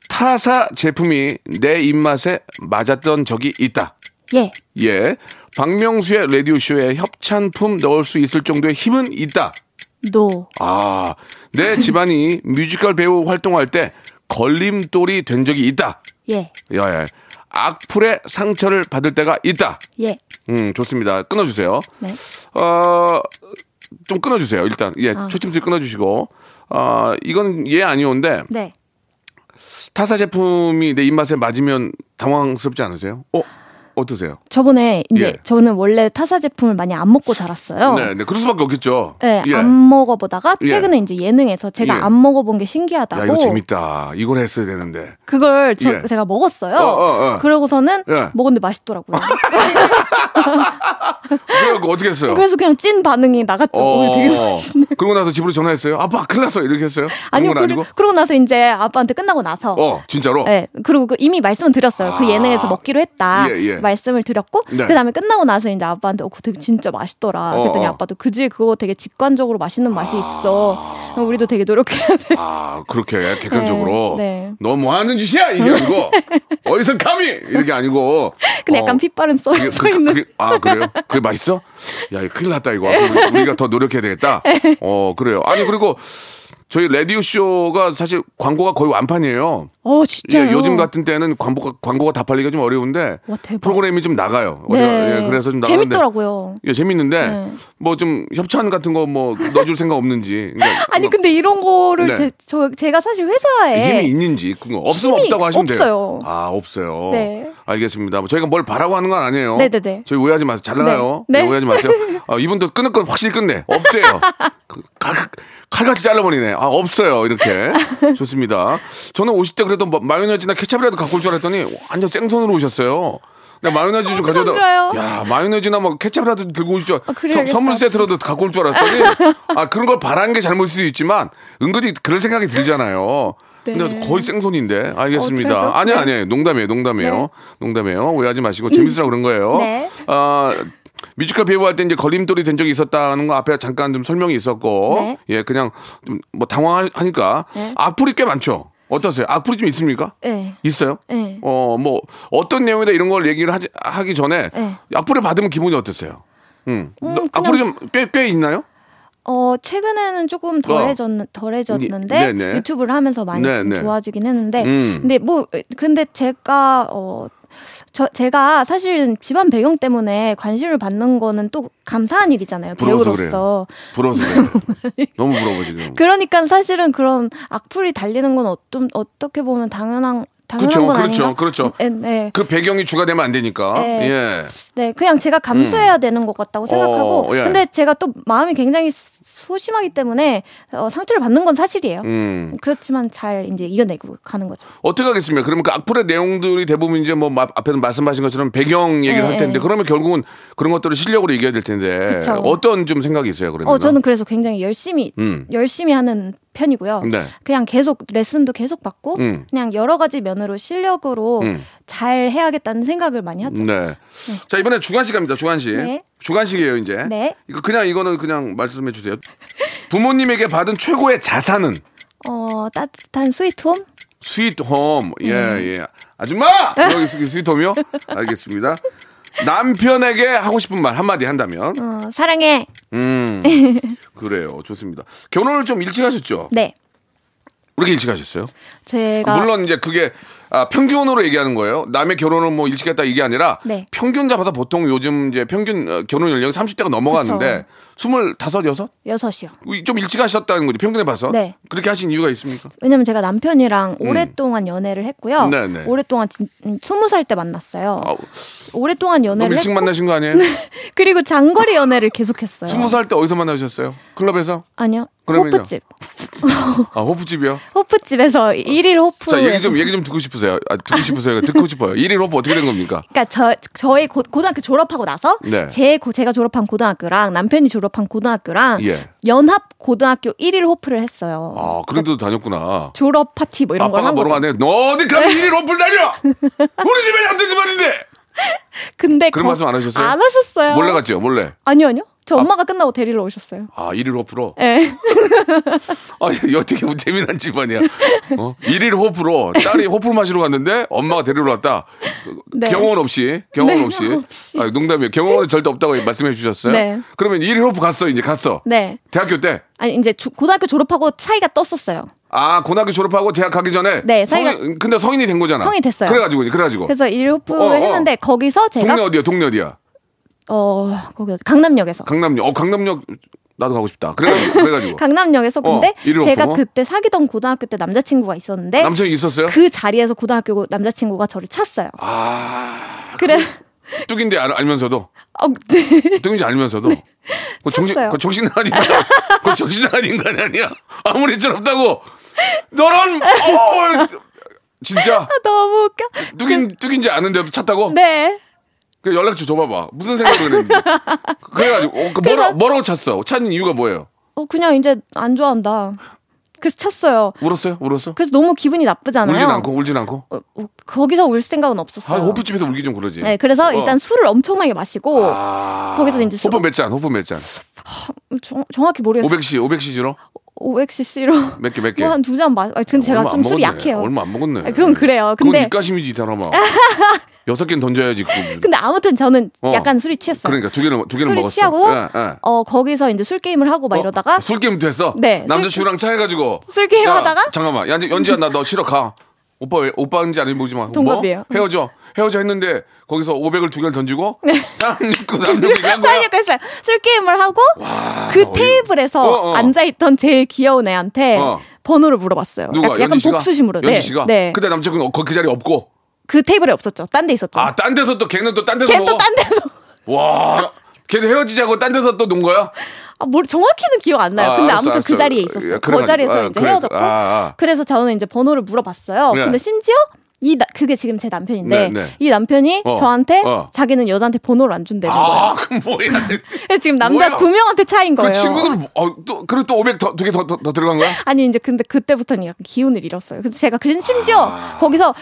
S3: 타사 제품이 내 입맛에 맞았던 적이 있다.
S7: 예.
S3: 예. 박명수의 라디오쇼에 협찬품 넣을 수 있을 정도의 힘은 있다.
S7: 노.
S3: 아, 내 집안이 뮤지컬 배우 활동할 때 걸림돌이 된 적이 있다.
S7: 예.
S3: 예, 예. 악플의 상처를 받을 때가 있다.
S7: 예.
S3: 음, 좋습니다. 끊어주세요.
S7: 네.
S3: 어, 좀 끊어주세요. 일단, 예,
S7: 아.
S3: 초침수 끊어주시고. 아, 이건 예, 아니오인데,
S7: 네.
S3: 타사 제품이 내 입맛에 맞으면 당황스럽지 않으세요? 어, 어떠세요?
S7: 저번에 이제
S3: 예.
S7: 저는 원래 타사 제품을 많이 안 먹고 자랐어요.
S3: 네, 네, 그럴 수밖에 없겠죠.
S7: 네,
S3: 예.
S7: 안 먹어보다가
S3: 예.
S7: 최근에 이제 예능에서 제가
S3: 예.
S7: 안 먹어본 게
S3: 야 이거
S7: 신기하다고
S3: 재밌다. 이걸 했어야 되는데.
S7: 그걸 저-
S3: 예.
S7: 제가 먹었어요.
S3: 어, 어, 어.
S7: 그러고서는
S3: 예.
S7: 먹었는데 맛있더라고요.
S3: 그래갖고 어떻게 했어요? 어.
S7: 그래서 그냥 찐 반응이 나갔죠. 오늘 되게 맛있네.
S3: 그러고 나서 집으로 전화했어요. 아빠 큰일 났어 이렇게 했어요?
S7: 아니요,
S3: 그런 건
S7: 그러,
S3: 아니고.
S7: 그러고 나서 이제 아빠한테 끝나고 나서
S3: 어 진짜로.
S7: 네, 그리고 그 이미 말씀은 드렸어요. 그
S3: 아.
S7: 예능에서 먹기로 했다.
S3: 예, 예.
S7: 말씀을 드렸고
S3: 네.
S7: 그다음에 끝나고 나서 이제 아빠한테 어, 그거 되게 진짜 맛있더라.
S3: 어,
S7: 그랬더니
S3: 어.
S7: 아빠도 그지 그거 되게 직관적으로 맛있는 맛이 있어. 그럼 우리도 되게 노력해야 돼.
S3: 아, 그렇게 객관적으로.
S7: 네, 네.
S3: 너 뭐 하는 짓이야? 이게 아니고. 어디서 감히! 이게 아니고.
S7: 근데 약간
S3: 어,
S7: 핏발은 써,
S3: 그게-
S7: 써
S3: 그게-
S7: 있는.
S3: 그게- 아 그래요? 그게 맛있어? 야 이거 큰일 났다 이거 앞으로 우리가 더 노력해야 되겠다.
S7: 네.
S3: 어 그래요. 아니 그리고 저희 라디오 쇼가 사실 광고가 거의 완판이에요.
S7: 어 진짜요?
S3: 예, 요즘 같은 때는 광고가 광고가 다 팔리기가 좀 어려운데
S7: 와, 대박.
S3: 프로그램이 좀 나가요.
S7: 네.
S3: 어려- 예, 그래서 좀 나가는데
S7: 재밌더라고요.
S3: 예, 재밌는데
S7: 네.
S3: 뭐 좀 협찬 같은 거 뭐 넣어줄 생각 없는지 그러니까
S7: 아니 근데 이런 거를
S3: 네.
S7: 제, 저, 제가 사실 회사에
S3: 힘이 있는지 그거 없으면
S7: 힘이
S3: 없다고 하시면 돼요.
S7: 없어요.
S3: 아 없어요.
S7: 네.
S3: 알겠습니다. 뭐 저희가 뭘 바라고 하는 건 아니에요.
S7: 네네네.
S3: 저희 오해하지 마세요. 잘 나가요.
S7: 네.
S3: 예,
S7: 네.
S3: 오해하지 마세요. 아, 이분도 끊을 건 확실히 끝내. 없대요. 그- 칼, 칼같이 잘라버리네. 아 없어요. 이렇게 좋습니다. 저는 오실 때 그래도 뭐 마- 마요네즈나 케첩이라도 갖고 올 줄 알았더니 완전 생선으로 오셨어요. 근데 마요네즈 좀 가져다.
S7: 좋아요. 아,
S3: 야 마요네즈나 뭐 케첩이라도 들고 오실 줄. 알-
S7: 그래야겠다.
S3: 선- 선물 세트로도 갖고 올 줄 알았더니 아 그런 걸 바란 게 잘못일 수도 있지만 은근히 그럴 생각이 들잖아요.
S7: 네.
S3: 근데 거의 생선인데 알겠습니다.
S7: 어떡하죠?
S3: 아니
S7: 네.
S3: 아니 에요 농담이에요 농담이에요
S7: 네.
S3: 농담이에요 오해하지 마시고 재밌으라 고 그런 거예요.
S7: 네.
S3: 아 뮤지컬 배우 할 때 이제 걸림돌이 된 적이 있었다는 거 앞에 잠깐 좀 설명이 있었고
S7: 네.
S3: 예 그냥 좀 뭐 당황하니까
S7: 네.
S3: 악플이 꽤 많죠. 어떠세요? 악플이 좀 있습니까?
S7: 네.
S3: 있어요?
S7: 네.
S3: 어 뭐 어떤 내용이다 이런 걸 얘기를 하지, 하기 전에
S7: 네.
S3: 악플을 받으면 기분이 어떠세요? 음.
S7: 음,
S3: 너-
S7: 그냥-
S3: 악플이 좀 꽤 꽤 있나요?
S7: 어 최근에는 조금 덜해졌 덜해졌는데
S3: 어. 네, 네.
S7: 유튜브를 하면서 많이
S3: 네,
S7: 좀
S3: 네.
S7: 좋아지긴 했는데
S3: 음.
S7: 근데 뭐 근데 제가 어 저, 제가 사실 집안 배경 때문에 관심을 받는 거는 또 감사한 일이잖아요
S3: 부러워서
S7: 배우로서
S3: 부러워서 그래요. 너무 부러워 지금.
S7: 그러니까 사실은 그런 악플이 달리는 건 어쩜 어떻게 보면 당연한 당연한
S3: 그렇죠,
S7: 건
S3: 그렇죠,
S7: 아닌가?
S3: 그렇죠.
S7: 네, 네.
S3: 그 배경이 추가되면 안 되니까.
S7: 네.
S3: 예.
S7: 네, 그냥 제가 감수해야 되는 것 같다고 생각하고,
S3: 음. 예.
S7: 근데 제가 또 마음이 굉장히 소심하기 때문에 어, 상처를 받는 건 사실이에요.
S3: 음.
S7: 그렇지만 잘 이제 이겨내고 가는 거죠.
S3: 어떻게 하겠습니까? 그러면 그 악플의 내용들이 대부분 이제 뭐 마- 앞에서 말씀하신 것처럼 배경 얘기를
S7: 네,
S3: 할 텐데
S7: 네.
S3: 그러면 결국은 그런 것들을 실력으로 이겨야 될 텐데
S7: 그쵸.
S3: 어떤 좀 생각이 있어요? 그러면
S7: 어, 저는 그래서 굉장히 열심히
S3: 음.
S7: 열심히 하는 편이고요.
S3: 네.
S7: 그냥 계속 레슨도 계속 받고,
S3: 음.
S7: 그냥 여러 가지 면으로 실력으로
S3: 음.
S7: 잘 해야겠다는 생각을 많이 하죠.
S3: 네. 자 이번에 주관식 갑니다. 주관식.
S7: 네.
S3: 주관식이에요 이제.
S7: 네.
S3: 이거 그냥 이거는 그냥 말씀해 주세요. 부모님에게 받은 최고의 자산은
S7: 어, 따뜻한 스위트홈.
S3: 스윗홈. 예
S7: 네.
S3: 예. 아줌마 여기 스- 스윗홈이요? 알겠습니다. 남편에게 하고 싶은 말 한마디 한다면
S7: 어, 사랑해.
S3: 음 그래요 좋습니다 결혼을 좀 일찍 하셨죠? 왜
S7: 네.
S3: 이렇게 일찍 하셨어요?
S7: 제가
S3: 물론 이제 그게 아, 평균으로 얘기하는 거예요. 남의 결혼을 뭐 일찍 했다 이게 아니라
S7: 네.
S3: 평균 잡아서 보통 요즘 이제 평균 어, 결혼 연령 이 30대가 넘어가는데 스물다섯 여섯
S7: 여섯이요.
S3: 좀 일찍 하셨다는 거죠. 평균에 봐서.
S7: 네.
S3: 그렇게 하신 이유가 있습니까?
S7: 왜냐면 제가 남편이랑 오랫동안 연애를 했고요.
S3: 음. 네네.
S7: 오랫동안 진, 음, 스무 살 때 만났어요.
S3: 아우,
S7: 오랫동안
S3: 너무
S7: 연애를
S3: 일찍
S7: 했고
S3: 만나신 거 아니에요?
S7: 네. 그리고 장거리 연애를 계속했어요.
S3: 스무 살 때 어디서 만나셨어요? 클럽에서?
S7: 아니요.
S3: 그러면요?
S7: 호프집.
S3: 아, 호프집이요?
S7: 호프집에서 일일 호프.
S3: 어. 자, 얘기 좀 얘기 좀 듣고 싶으세요. 아, 듣고 싶으세요. 듣고 싶어요. 일일 호프 어떻게 된 겁니까?
S7: 그러니까 저 저의 고, 고등학교 졸업하고 나서
S3: 네.
S7: 제 고- 제가 졸업한 고등학교랑 남편이 졸업한 고등학교랑
S3: 예.
S7: 연합 고등학교 일일 호프를 했어요.
S3: 아, 그래도 다녔구나.
S7: 졸업 파티 뭐 이런 걸
S3: 아빠가
S7: 한
S3: 뭐라고
S7: 거죠.
S3: 안 해. 너 어디 가면 일일 호프를 다녀! 우리 집에는 안되지 말인데!
S7: 근데
S3: 그런
S7: 거-
S3: 말씀 안 하셨어요?
S7: 안 하셨어요.
S3: 몰래 갔죠, 몰래.
S7: 아니요, 아니요. 저 엄마가 끝나고 데리러 오셨어요.
S3: 아, 일일 호프로?
S7: 예.
S3: 아, 이 어떻게 보면 재미난 집안이야. 어? 일일 호프로 딸이 호프 마시러 갔는데 엄마가 데리러 왔다.
S7: 네.
S3: 경원 없이, 경원
S7: 네,
S3: 없이.
S7: 없이.
S3: 아, 농담이에요. 경원은 절대 없다고 말씀해 주셨어요.
S7: 네.
S3: 그러면 일일 호프 갔어, 이제 갔어.
S7: 네.
S3: 대학교 때.
S7: 아니 이제 조- 고등학교 졸업하고 사이가 떴었어요.
S3: 아, 고등학교 졸업하고 대학 가기 전에.
S7: 네, 사이가-
S3: 성인- 근데 성인이 된 거잖아.
S7: 성인이 됐어요.
S3: 그래가지고, 이제 그래가지고.
S7: 그래서 일호프를
S3: 어, 어.
S7: 했는데 거기서 제가
S3: 동네 어디야, 동네 어디야?
S7: 어 거기 강남역에서
S3: 강남역. 어, 강남역 나도 가고 싶다. 그래가지고. 그래가지고.
S7: 강남역에서
S3: 어,
S7: 근데
S3: 일일
S7: 제가
S3: 오픈어?
S7: 그때 사귀던 고등학교 때 남자친구가 있었는데
S3: 남친이 있었어요?
S7: 그 자리에서 고등학교 남자친구가 저를 찼어요.
S3: 아,
S7: 그래
S3: 뚝인데 알, 알면서도.
S7: 어, 네.
S3: 뜬지 알면서도 그 정신
S7: 쳤어요.
S3: 그 정신 아닌가 그 정신 아닌 건 아니야 아무리 쩔었다고 너는 어 진짜
S7: 너무 웃겨.
S3: 뚝인 뚝인지 아는데도 찼다고
S7: 네.
S3: 그 연락처 줘봐봐 무슨 생각으로 그랬는지 그래가지고 어, 그 뭐라 뭐라고 찼어 찬 이유가 뭐예요
S7: 어 그냥 이제 안 좋아한다. 그래서 쳤어요.
S3: 울었어요? 울었어?
S7: 그래서 너무 기분이 나쁘잖아요.
S3: 울진 않고 울진 않고.
S7: 어, 거기서 울 생각은
S3: 아,
S7: 없었어요.
S3: 호프집에서 울기 좀 그러지.
S7: 네, 그래서
S3: 어.
S7: 일단 술을 엄청나게 마시고
S3: 아.
S7: 거기서 이제 수-
S3: 호프 몇 잔? 호프 몇 잔?
S7: 정, 정확히 모르겠어요.
S3: 500시, 500시로
S7: OXC로
S3: 몇 개, 몇 개?
S7: 뭐 한 두 잔 마. 아니, 근데 제가
S3: 얼마
S7: 좀
S3: 안
S7: 술이
S3: 먹었네.
S7: 약해요.
S3: 얼마 안 먹었네.
S7: 아, 그건 그래요.
S3: 그건
S7: 근데
S3: 입가심이지, 이 사람아. 여섯 개는 던져야지. 그
S7: 근데 아무튼 저는
S3: 어.
S7: 약간 술이 취했어요.
S3: 그러니까 두 개는 두 개는
S7: 술이
S3: 먹었어.
S7: 취하고
S3: 예, 예.
S7: 어 거기서 이제 술 게임을 하고 막 이러다가
S3: 술 게임 됐어.
S7: 네,
S3: 남자친구랑 차해가지고
S7: 술 게임 하다가?
S3: 잠깐만, 야, 연지야 나 너 싫어 가. 오빠 왜 오빠인지 아닌지 모르지 만
S7: 동갑이에요.
S3: 뭐? 헤어져 헤어져 했는데 거기서 500을 두 개를 던지고
S7: 네.
S3: 쌍욕구 쌍욕구 한 거야.
S7: 사이좋게 했어요. 술 게임을 하고 그 테이블에서
S3: 어, 어.
S7: 앉아있던 제일 귀여운 애한테
S3: 어.
S7: 번호를 물어봤어요.
S3: 누가
S7: 약간
S3: 연지 씨가?
S7: 복수심으로.
S3: 연지
S7: 네.
S3: 씨가.
S7: 네.
S3: 그때 남자친구 는 어, 거기 자리 없고
S7: 그 테이블에 없었죠. 딴 데 있었죠.
S3: 아 딴 데서 또 걔는 또 딴 데서
S7: 네. 걔 또
S3: 먹어?
S7: 딴 데서.
S3: 와 걔는 헤어지자고 딴 데서 또 논 거야?
S7: 아, 뭘 정확히는 기억 안 나요.
S3: 아,
S7: 근데
S3: 알았어,
S7: 아무튼 그
S3: 알았어.
S7: 자리에 있었어요.
S3: 야,
S7: 그
S3: 그래가지고,
S7: 자리에서
S3: 아,
S7: 이제
S3: 그래.
S7: 헤어졌고.
S3: 아, 아.
S7: 그래서 저는 이제 번호를 물어봤어요.
S3: 네.
S7: 근데 심지어 이 나- 그게 지금 제 남편인데
S3: 네, 네.
S7: 이 남편이
S3: 어,
S7: 저한테
S3: 어.
S7: 자기는 여자한테 번호를 안 준대는
S3: 아
S7: 네, 거예요.
S3: 그럼 뭐야?
S7: 그래서 지금 남자
S3: 뭐야?
S7: 두 명한테 차인 거예요.
S3: 그 친구들 뭐- 어, 또 그리고 또 500 두 개 더 더 들어간 거야?
S7: 아니 이제 근데 그때부터는 약간 기운을 잃었어요. 그래서 제가 그 심지어
S3: 아.
S7: 거기서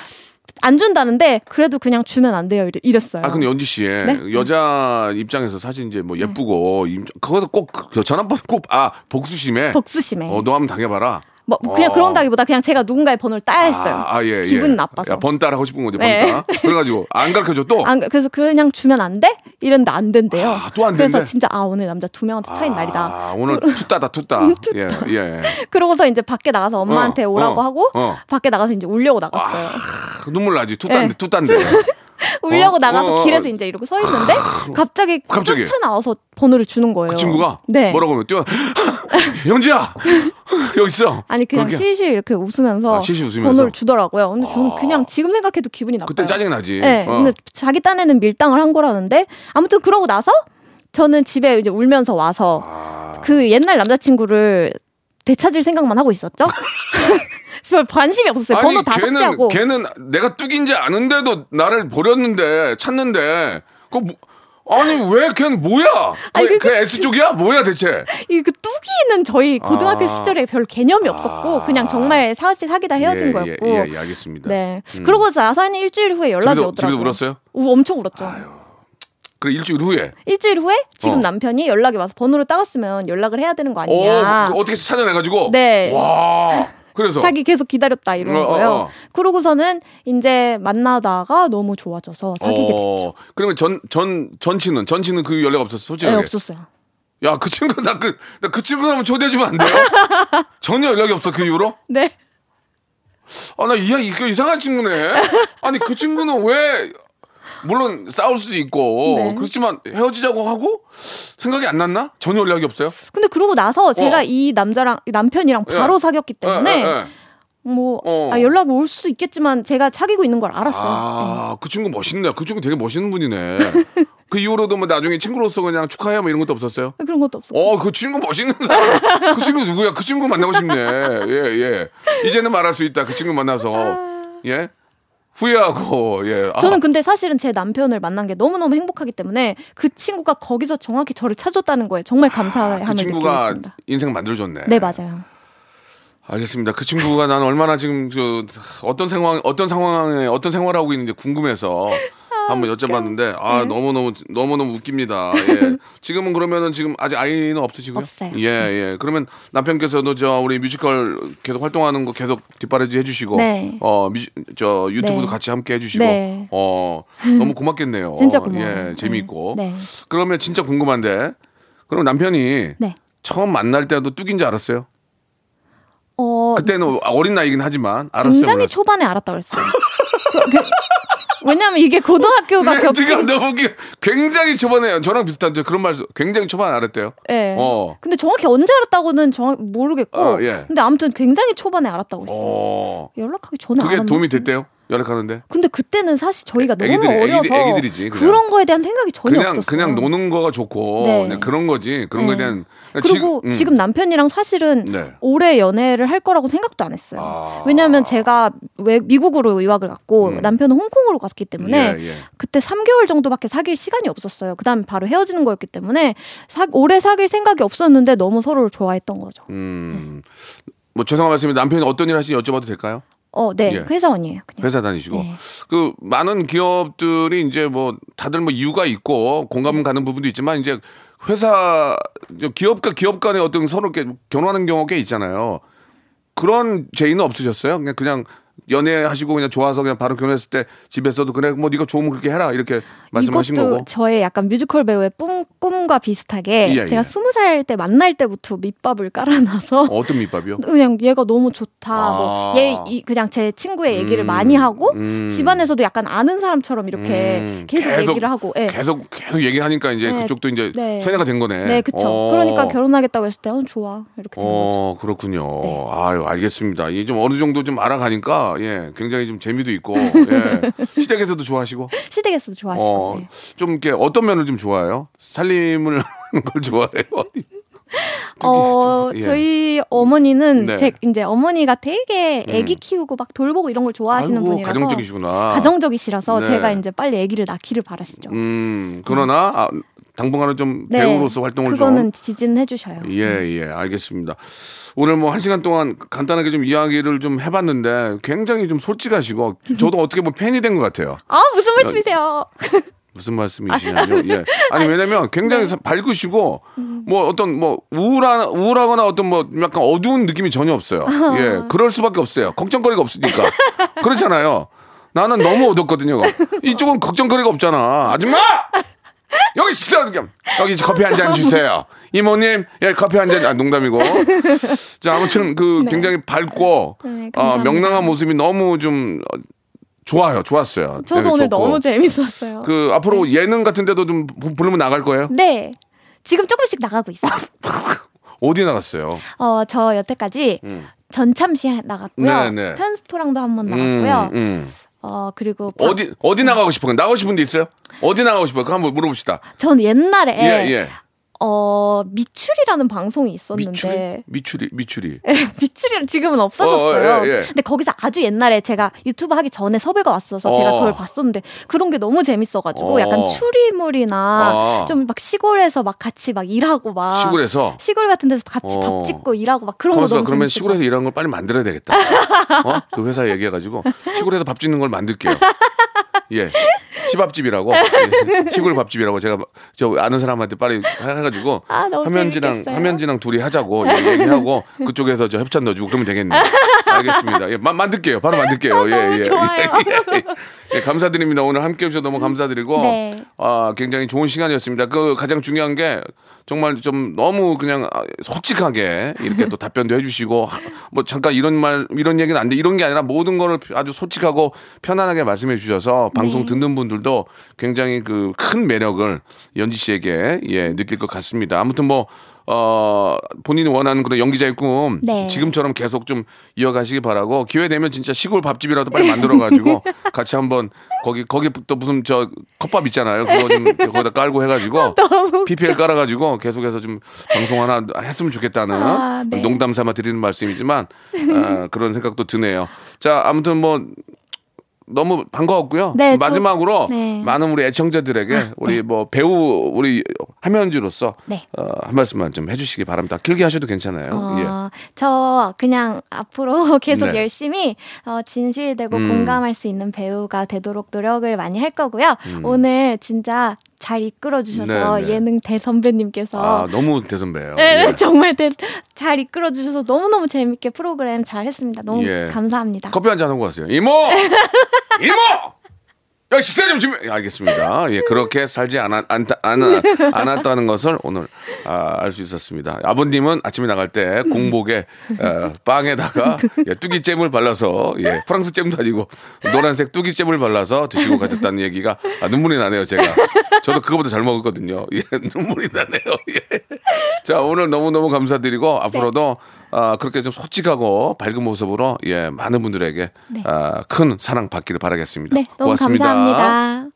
S7: 안 준다는데 그래도 그냥 주면 안 돼요 이래- 이랬어요.
S3: 아 근데 연지 씨
S7: 네?
S3: 여자 입장에서 사실 이제 뭐 예쁘고 임- 거기서 꼭그 전화번 꼭아 복수심에
S7: 복수심에. 네.
S3: 어, 너 한번 당해봐라.
S7: 뭐 그냥
S3: 어.
S7: 그런다기보다 그냥 제가 누군가의 번호를 따야 했어요.
S3: 아, 아, 예, 예.
S7: 기분 나빠서.
S3: 야, 번따라 하고 싶은 거지
S7: 네.
S3: 번따. 그래가지고 안 가르쳐줘 또.
S7: 안, 그래서 그냥 주면 안 돼? 이랬는데 안 된대요.
S3: 또안
S7: 그래서
S3: 된대?
S7: 진짜 아 오늘 남자 두 명한테 차인 날이다.
S3: 아 오늘 투따다 투따. 예, 예. 예.
S7: 그러고서 이제 밖에 나가서 엄마한테
S3: 어,
S7: 오라고
S3: 어,
S7: 하고
S3: 어.
S7: 밖에 나가서 이제 울려고 나갔어요.
S3: 크, 눈물 나지 투따인데
S7: 네.
S3: 투따인데.
S7: 울려고
S3: 어?
S7: 나가서
S3: 어, 어,
S7: 길에서
S3: 어.
S7: 이제 이러고 서 있는데 갑자기,
S3: 갑자기?
S7: 쫓아나와서 번호를 주는 거예요.
S3: 그 친구가
S7: 네.
S3: 뭐라고 하면 뛰어. 영지야 여기 있어.
S7: 아니 그냥
S3: 그렇게.
S7: 실실 이렇게 웃으면서,
S3: 그러니까. 아, 실실 웃으면서? 아.
S7: 번호를 주더라고요. 근데 저는 그냥 지금 생각해도 기분이 나빠요.
S3: 그때 짜증 나지.
S7: 네,
S3: 어.
S7: 근데 자기 딴에는 밀당을 한 거라는데 아무튼 그러고 나서 저는 집에 이제 울면서 와서
S3: 아.
S7: 그 옛날 남자친구를 되찾을 생각만 하고 있었죠. 별 관심이 없었어요. 번호 다
S3: 걔는,
S7: 삭제하고.
S3: 걔는 내가 뚝인지 아는데도 나를 버렸는데 찾는데 그거 뭐, 아니 왜 걔는 뭐야?
S7: 아니,
S3: 그,
S7: 그게-
S3: 그 S 쪽이야? 뭐야 대체?
S7: 이 그 뚜기는 저희 고등학교
S3: 아.
S7: 시절에 별 개념이 없었고 그냥 정말 사실 사귀다 헤어진 거였고.
S3: 예, 예, 예, 알겠습니다.
S7: 네.
S3: 음.
S7: 그러고 나서 한 일주일 후에 연락이
S3: 집에서-
S7: 오더라고요.
S3: 집에서 울었어요?
S7: 우, 엄청 울었죠.
S3: 그래 일주일 후에
S7: 일주일 후에 지금
S3: 어.
S7: 남편이 연락이 와서 번호를 따갔으면 연락을 해야 되는 거 아니냐.
S3: 어, 그 어떻게 찾아내가지고
S7: 네.
S3: 와 그래서
S7: 자기 계속 기다렸다 이러는
S3: 어, 어,
S7: 거예요.
S3: 어.
S7: 그러고서는 이제 만나다가 너무 좋아져서 사귀게 됐죠.
S3: 어, 그러면 전 전전 친은 전 친은 그 연락 없었어
S7: 네,
S3: 솔직하게.
S7: 없었어요.
S3: 야 그 친구 나 그 나 그 친구 한번 초대해 주면 안 돼요? 전혀 연락이 없어 그 이후로?
S7: 네.
S3: 아, 나 이야, 이거 이상한 친구네. 아니, 그 친구는 왜, 물론 싸울 수도 있고,
S7: 네.
S3: 그렇지만 헤어지자고 하고, 생각이 안 났나? 전혀 연락이 없어요?
S7: 근데 그러고 나서 제가
S3: 어.
S7: 이 남자랑 남편이랑
S3: 예.
S7: 바로 사귀었기 때문에
S3: 예, 예, 예.
S7: 뭐
S3: 어.
S7: 아, 연락 올 수 있겠지만 제가 사귀고 있는 걸 알았어요. 음.
S3: 아, 그 친구 멋있네. 그 친구 되게 멋있는 분이네. 그 이후로도 뭐 나중에 친구로서 그냥 축하해 뭐 이런 것도 없었어요?
S7: 네. 그런 것도 없었고.
S3: 어, 그 친구 멋있는 사람. 그 친구 누구야? 그 친구 만나고 싶네. 예, 예. 이제는 말할 수 있다. 그 친구 만나서. 예? 후회하고, 예. 아,
S7: 아. 저는 근데 사실은 제 남편을 만난 게 너무너무 행복하기 때문에 그 친구가 거기서 정확히 저를 찾았다는 거에 정말 감사함을
S3: 그 친구가
S7: 느끼겠습니다.
S3: 인생 만들어줬네.
S7: 네, 맞아요.
S3: 알겠습니다. 그 친구가 난 얼마나 지금 그 어떤 상황 어떤 상황에 어떤 생활을 하고 있는지 궁금해서
S7: 아,
S3: 한번 여쭤봤는데 아
S7: 네.
S3: 너무 너무 너무 너무 웃깁니다. 예. 지금은 그러면은 지금 아직 아이는 없으시고요?
S7: 없어요. 네.
S3: 예 예. 그러면 남편께서도 저 우리 뮤지컬 계속 활동하는 거 계속 뒷바라지 해주시고
S7: 네.
S3: 어저 유튜브도
S7: 네.
S3: 같이 함께 해주시고
S7: 네.
S3: 어 너무 고맙겠네요.
S7: 진짜 고마워요.
S3: 예 재미있고
S7: 네. 네.
S3: 그러면 진짜 궁금한데 그럼 남편이
S7: 네.
S3: 처음 만날 때도 뚝인 줄 알았어요?
S7: 어,
S3: 그때는 뭐 어린 나이긴 하지만 알았어요.
S7: 굉장히
S3: 몰랐어요.
S7: 초반에 알았다고 했어요. 그- 그- 왜냐면 이게 고등학교가
S3: 멘트가
S7: 겹치기
S3: 그러니까 너무 웃겨. 굉장히 초반에 저랑 비슷한데 그런 말 굉장히 초반에 알았대요.
S7: 예.
S3: 어.
S7: 근데 정확히 언제 알았다고는 정확 모르겠고.
S3: 어, 예.
S7: 근데 아무튼 굉장히 초반에 알았다고 했어요.
S3: 어.
S7: 연락하기 전에
S3: 그게
S7: 알았나?
S3: 도움이 됐대요. 연락하는데.
S7: 근데 그때는 사실 저희가 너무
S3: 애기들이- 애기들-
S7: 어려서
S3: 애기들이지, 그냥.
S7: 그런 거에 대한 생각이 전혀
S3: 그냥
S7: 없었어요.
S3: 그냥 노는 거가 좋고
S7: 네.
S3: 그냥 그런 거지. 그런 거에
S7: 네.
S3: 대한
S7: 그리고 지금,
S3: 음.
S7: 남편이랑 사실은
S3: 네. 아.
S7: 오래 연애를 할 거라고 생각도 안 했어요. 왜냐하면 제가 외, 미국으로 유학을 갔고 남편은 홍콩으로 갔기 때문에
S3: 음. 예, 예.
S7: 그때 3개월 정도밖에 사귈 시간이 없었어요. 그다음 바로 헤어지는 거였기 때문에 사, 오래 사귈 생각이 없었는데 너무 서로를 좋아했던 거죠.
S3: 음. 뭐 죄송한 말씀인데 남편이 어떤 일 하시는지 여쭤봐도 될까요?
S7: 어, 네.
S3: 예.
S7: 회사원이에요.
S3: 회사 다니시고 그 많은 기업들이 이제 뭐 다들 뭐 이유가 있고
S7: 네.
S3: 공감 가는 부분도 있지만 이제 회사 기업과 기업 간의 어떤 서로 이렇게 결혼하는 경우가 꽤 있잖아요. 그런 제의는 없으셨어요? 그냥 그냥 연애하시고 그냥 좋아서 그냥 바로 결혼했을 때 집에서도 그래 뭐 네가 좋으면 그렇게 해라 이렇게 말씀하신
S7: 이것도
S3: 거고.
S7: 저의 약간 뮤지컬 배우의 뿜, 꿈과 비슷하게
S3: 예, 예.
S7: 제가 스무 살 때 만날 때부터 밑밥을 깔아놔서
S3: 어떤 밑밥이요?
S7: 그냥 얘가 너무 좋다.
S3: 아.
S7: 뭐 얘 이- 그냥 제 친구의 얘기를
S3: 음,
S7: 많이 하고
S3: 음.
S7: 어? 집안에서도 약간 아는 사람처럼 이렇게
S3: 음,
S7: 계속, 얘기를 하고. 예.
S3: 계속 계속 얘기하니까 이제
S7: 네,
S3: 그쪽도 이제
S7: 네.
S3: 세뇌가 된 거네.
S7: 네, 그렇죠.
S3: 어.
S7: 그러니까 결혼하겠다고 했을 때 어, 좋아. 이렇게 되는 거죠. 네.
S3: 어, 그렇군요. 아유, 알겠습니다. 이게 좀 어느 정도 좀 알아가니까, 예, 굉장히 좀 재미도 있고, 예. 시댁에서도 좋아하시고,
S7: 시댁에서도 좋아하시고.
S3: 어, 좀 이렇게 어떤 면을 좀 좋아해요? 살림을 하는 걸 좋아해요?
S7: 어,
S3: 예.
S7: 저희 어머니는
S3: 네.
S7: 제 이제 어머니가 되게 애기
S3: 음.
S7: 키우고 막 돌보고 이런 걸 좋아하시는
S3: 아이고,
S7: 분이라서
S3: 가정적이시구나.
S7: 가정적이시라서
S3: 네.
S7: 제가 이제 빨리 애기를 낳기를 바라시죠.
S3: 음, 그러나, 아, 당분간은 좀 배우로서 활동을
S7: 네. 그거는
S3: 좀.
S7: 음. 지진해 주셔요.
S3: 예, 예, 알겠습니다. 오늘 뭐 한 시간 동안 간단하게 좀 이야기를 좀 해봤는데 굉장히 좀 솔직하시고 저도 어떻게 보면 팬이 된 것 같아요.
S7: 아 무슨 말씀이세요?
S3: 무슨 말씀이시냐요? 예. 아니
S7: 네.
S3: 왜냐면 굉장히 밝으시고
S7: 음.
S3: 뭐 어떤 뭐 우울한 우울하거나 어떤 뭐 약간 어두운 느낌이 전혀 없어요. 예, 그럴 수밖에 없어요. 걱정거리가 없으니까 그렇잖아요. 나는 너무 어둡거든요. 이쪽은 걱정거리가 없잖아. 아줌마 여기 식사 좀 여기 커피 한 잔 주세요. 이모님 예 커피 한 잔 아, 농담이고 자 아무튼 그
S7: 네.
S3: 굉장히 밝고
S7: 네,
S3: 어,
S7: 감사합니다.
S3: 명랑한 모습이 너무 좀 어, 좋아요, 좋았어요.
S7: 저도
S3: 네,
S7: 오늘
S3: 좋고.
S7: 너무 재밌었어요.
S3: 그 앞으로 예능 같은 데도 좀 부- 부르면 나갈 거예요?
S7: 네. 지금 조금씩 나가고 있어요.
S3: 어디 나갔어요?
S7: 어, 저 여태까지
S3: 음.
S7: 전참시 나갔고요.
S3: 네, 네.
S7: 편스토랑도 한 번 나갔고요.
S3: 음, 음.
S7: 어, 아, 그리고 바-
S3: 어디 어디 나가고 싶어요? 나가고 싶은 데 있어요? 어디 나가고 싶어요? 그 한번 물어봅시다.
S7: 전 옛날에
S3: 예, 예.
S7: 어, 미출이라는 방송이 있었는데
S3: 미추리? 미추리, 미추리.
S7: 미출이랑 지금은 없어졌어요.
S3: 어, 어, 예, 예.
S7: 근데 거기서 아주 옛날에 제가 유튜브 하기 전에 섭외가 왔어서 제가
S3: 어.
S7: 그걸 봤었는데 그런 게 너무 재밌어가지고
S3: 어.
S7: 약간 추리물이나
S3: 어.
S7: 좀 막 시골에서 막 같이 막 일하고 막
S3: 시골에서?
S7: 시골 같은 데서 같이
S3: 어.
S7: 밥 짓고 일하고 막 그런 거
S3: 그래서
S7: 너무
S3: 그러면
S7: 재밌을
S3: 시골에서
S7: 것
S3: 일하는 걸 빨리 만들어야 되겠다. 어? 그 회사에 얘기해가지고 시골에서 밥 짓는 걸 만들게요. 예. 시밥집이라고 예. 시골 밥집이라고 제가 저 아는 사람한테 빨리 해가지고
S7: 아, 너무
S3: 화면지랑
S7: 재밌겠어요.
S3: 화면지랑 둘이 하자고 예, 얘기하고 그쪽에서 저 협찬 넣어주고 그러면 되겠네. 알겠습니다. 예, 마- 만들게요. 바로 만들게요. 예, 예.
S7: 좋아요.
S3: 예, 예. 예, 감사드립니다. 오늘 함께 해주셔서 너무 감사드리고
S7: 네.
S3: 아, 굉장히 좋은 시간이었습니다. 그 가장 중요한 게 정말 좀 너무 그냥 아, 솔직하게 이렇게 또 답변도 해주시고 하- 뭐 잠깐 이런 말 이런 얘기는 안 돼 이런 게 아니라 모든 거를 아주 솔직하고 편안하게 말씀해 주셔서 방송
S7: 네.
S3: 듣는 분들도 굉장히 그 큰 매력을 연지 씨에게 예 느낄 것 같습니다. 아무튼 뭐. 어 본인이 원하는 그런 연기자의 꿈
S7: 네.
S3: 지금처럼 계속 좀 이어가시기 바라고 기회 되면 진짜 시골 밥집이라도 빨리 만들어 가지고 같이 한번 거기 거기 또 무슨 저 컵밥 있잖아요 그거 좀 거기다 깔고 해가지고 PPL 깔아가지고 계속해서 좀 방송 하나 했으면 좋겠다는
S7: 아, 네.
S3: 농담 삼아 드리는 말씀이지만 아, 그런 생각도 드네요 자 아무튼 뭐 너무 반가웠고요.
S7: 네, 저-
S3: 마지막으로
S7: 네. 아,
S3: 많은 우리 애청자들에게 우리 뭐 배우 우리 함현주로서
S7: 네.
S3: 어, 한 말씀만 좀 해주시기 바랍니다. 길게 하셔도 괜찮아요. 예.
S7: 어, 저 그냥 앞으로 계속
S3: 네.
S7: 열심히 어, 진실되고
S3: 음.
S7: 공감할 수 있는 배우가 되도록 노력을 많이 할 거고요. 오늘 진짜 잘 이끌어 주셔서
S3: 음. 네, 네.
S7: 예능 대선배님께서
S3: 아 너무 대선배예요.
S7: 네,
S3: 예.
S7: 정말 대- 잘 이끌어 주셔서 너무너무 재밌게 프로그램 잘 했습니다. 너무
S3: 예.
S7: 감사합니다.
S3: 커피 한 잔 하고 가세요. 이모, 이모. 여기 식사 좀 준비. 예, 알겠습니다. 예, 그렇게 살지 않았, 안, 안, 않았다는 것을 오늘 아, 알 수 있었습니다. 아버님은 아침에 나갈 때 공복에 어, 빵에다가 예, 뚜기잼을 발라서 예, 프랑스 잼도 아니고 노란색 뚜기잼을 발라서 드시고 가셨다는 얘기가 아, 눈물이 나네요. 제가 저도 그거보다 잘 먹었거든요. 예, 눈물이 나네요. 예. 자 오늘 너무 너무 감사드리고 앞으로도 아, 그렇게 좀 솔직하고 밝은 모습으로 예 많은 분들에게
S7: 네.
S3: 아, 큰 사랑 받기를 바라겠습니다.
S7: 네, 너무
S3: 고맙습니다.
S7: 감사합니다.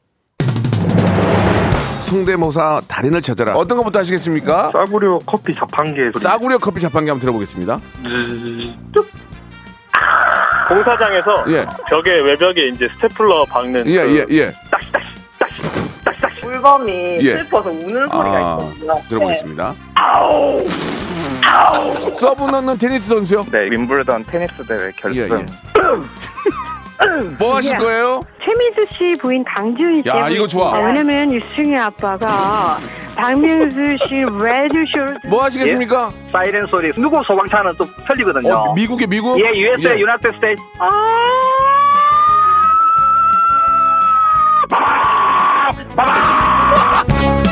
S3: 성대모사 달인을 찾아라. 어떤 것부터 하시겠습니까?
S8: 싸구려 커피 자판기 소리.
S3: 싸구려 커피 자판기 한번 들어보겠습니다.
S9: 공사장에서
S3: 예.
S9: 벽에 외벽에 이제 스테플러 박는
S3: 예
S9: 그
S3: 예 예.
S10: 물범이
S3: 예.
S10: 슬퍼서 우는 소리가
S3: 아
S10: 있거든요.
S11: 네.
S3: 들어보겠습니다.
S10: 네. 아우!
S3: 서브 넣는 테니스 선수요?
S11: 네, 윈블던 테니스 대회 결승.
S3: 예, 뭐 하실
S12: 예.
S3: 거예요?
S12: 최민수 씨 부인 강지훈 씨.
S3: 야,
S12: 때문에
S3: 이거 좋아.
S12: 아, 왜냐면 유승희 아빠가 박명수 씨 레드쇼를
S3: 뭐 하시겠습니까?
S11: 예? 사이렌 소리. 누구 소방차는 또 틀리거든요.
S3: 어, 미국에 미국?
S11: 예, USA,
S3: 예.
S11: 유나이티드 스테이트.
S12: 아,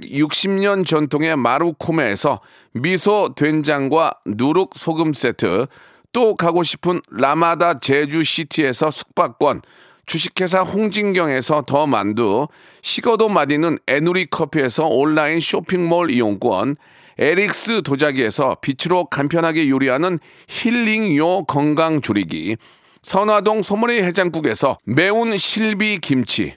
S3: 160년 전통의 마루코메에서 미소 된장과 누룩 소금 세트, 또 가고 싶은 라마다 제주시티에서 숙박권, 주식회사 홍진경에서 더 만두, 식어도 마디는 에누리 커피에서 온라인 쇼핑몰 이용권, 에릭스 도자기에서 빛으로 간편하게 요리하는 힐링요 건강 조리기, 선화동 소머리 해장국에서 매운 실비 김치,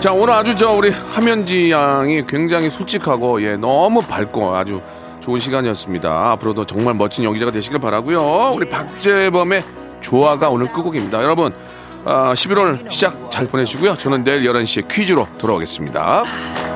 S3: 자 오늘 아주 저 우리 함현지 양이 굉장히 솔직하고 예 너무 밝고 아주 좋은 시간이었습니다. 앞으로도 정말 멋진 연기자가 되시길 바라고요. 우리 박재범의 조화가 오늘 끝곡입니다. 여러분 아, 11월 시작 잘 보내시고요. 저는 내일 11시에 퀴즈로 돌아오겠습니다.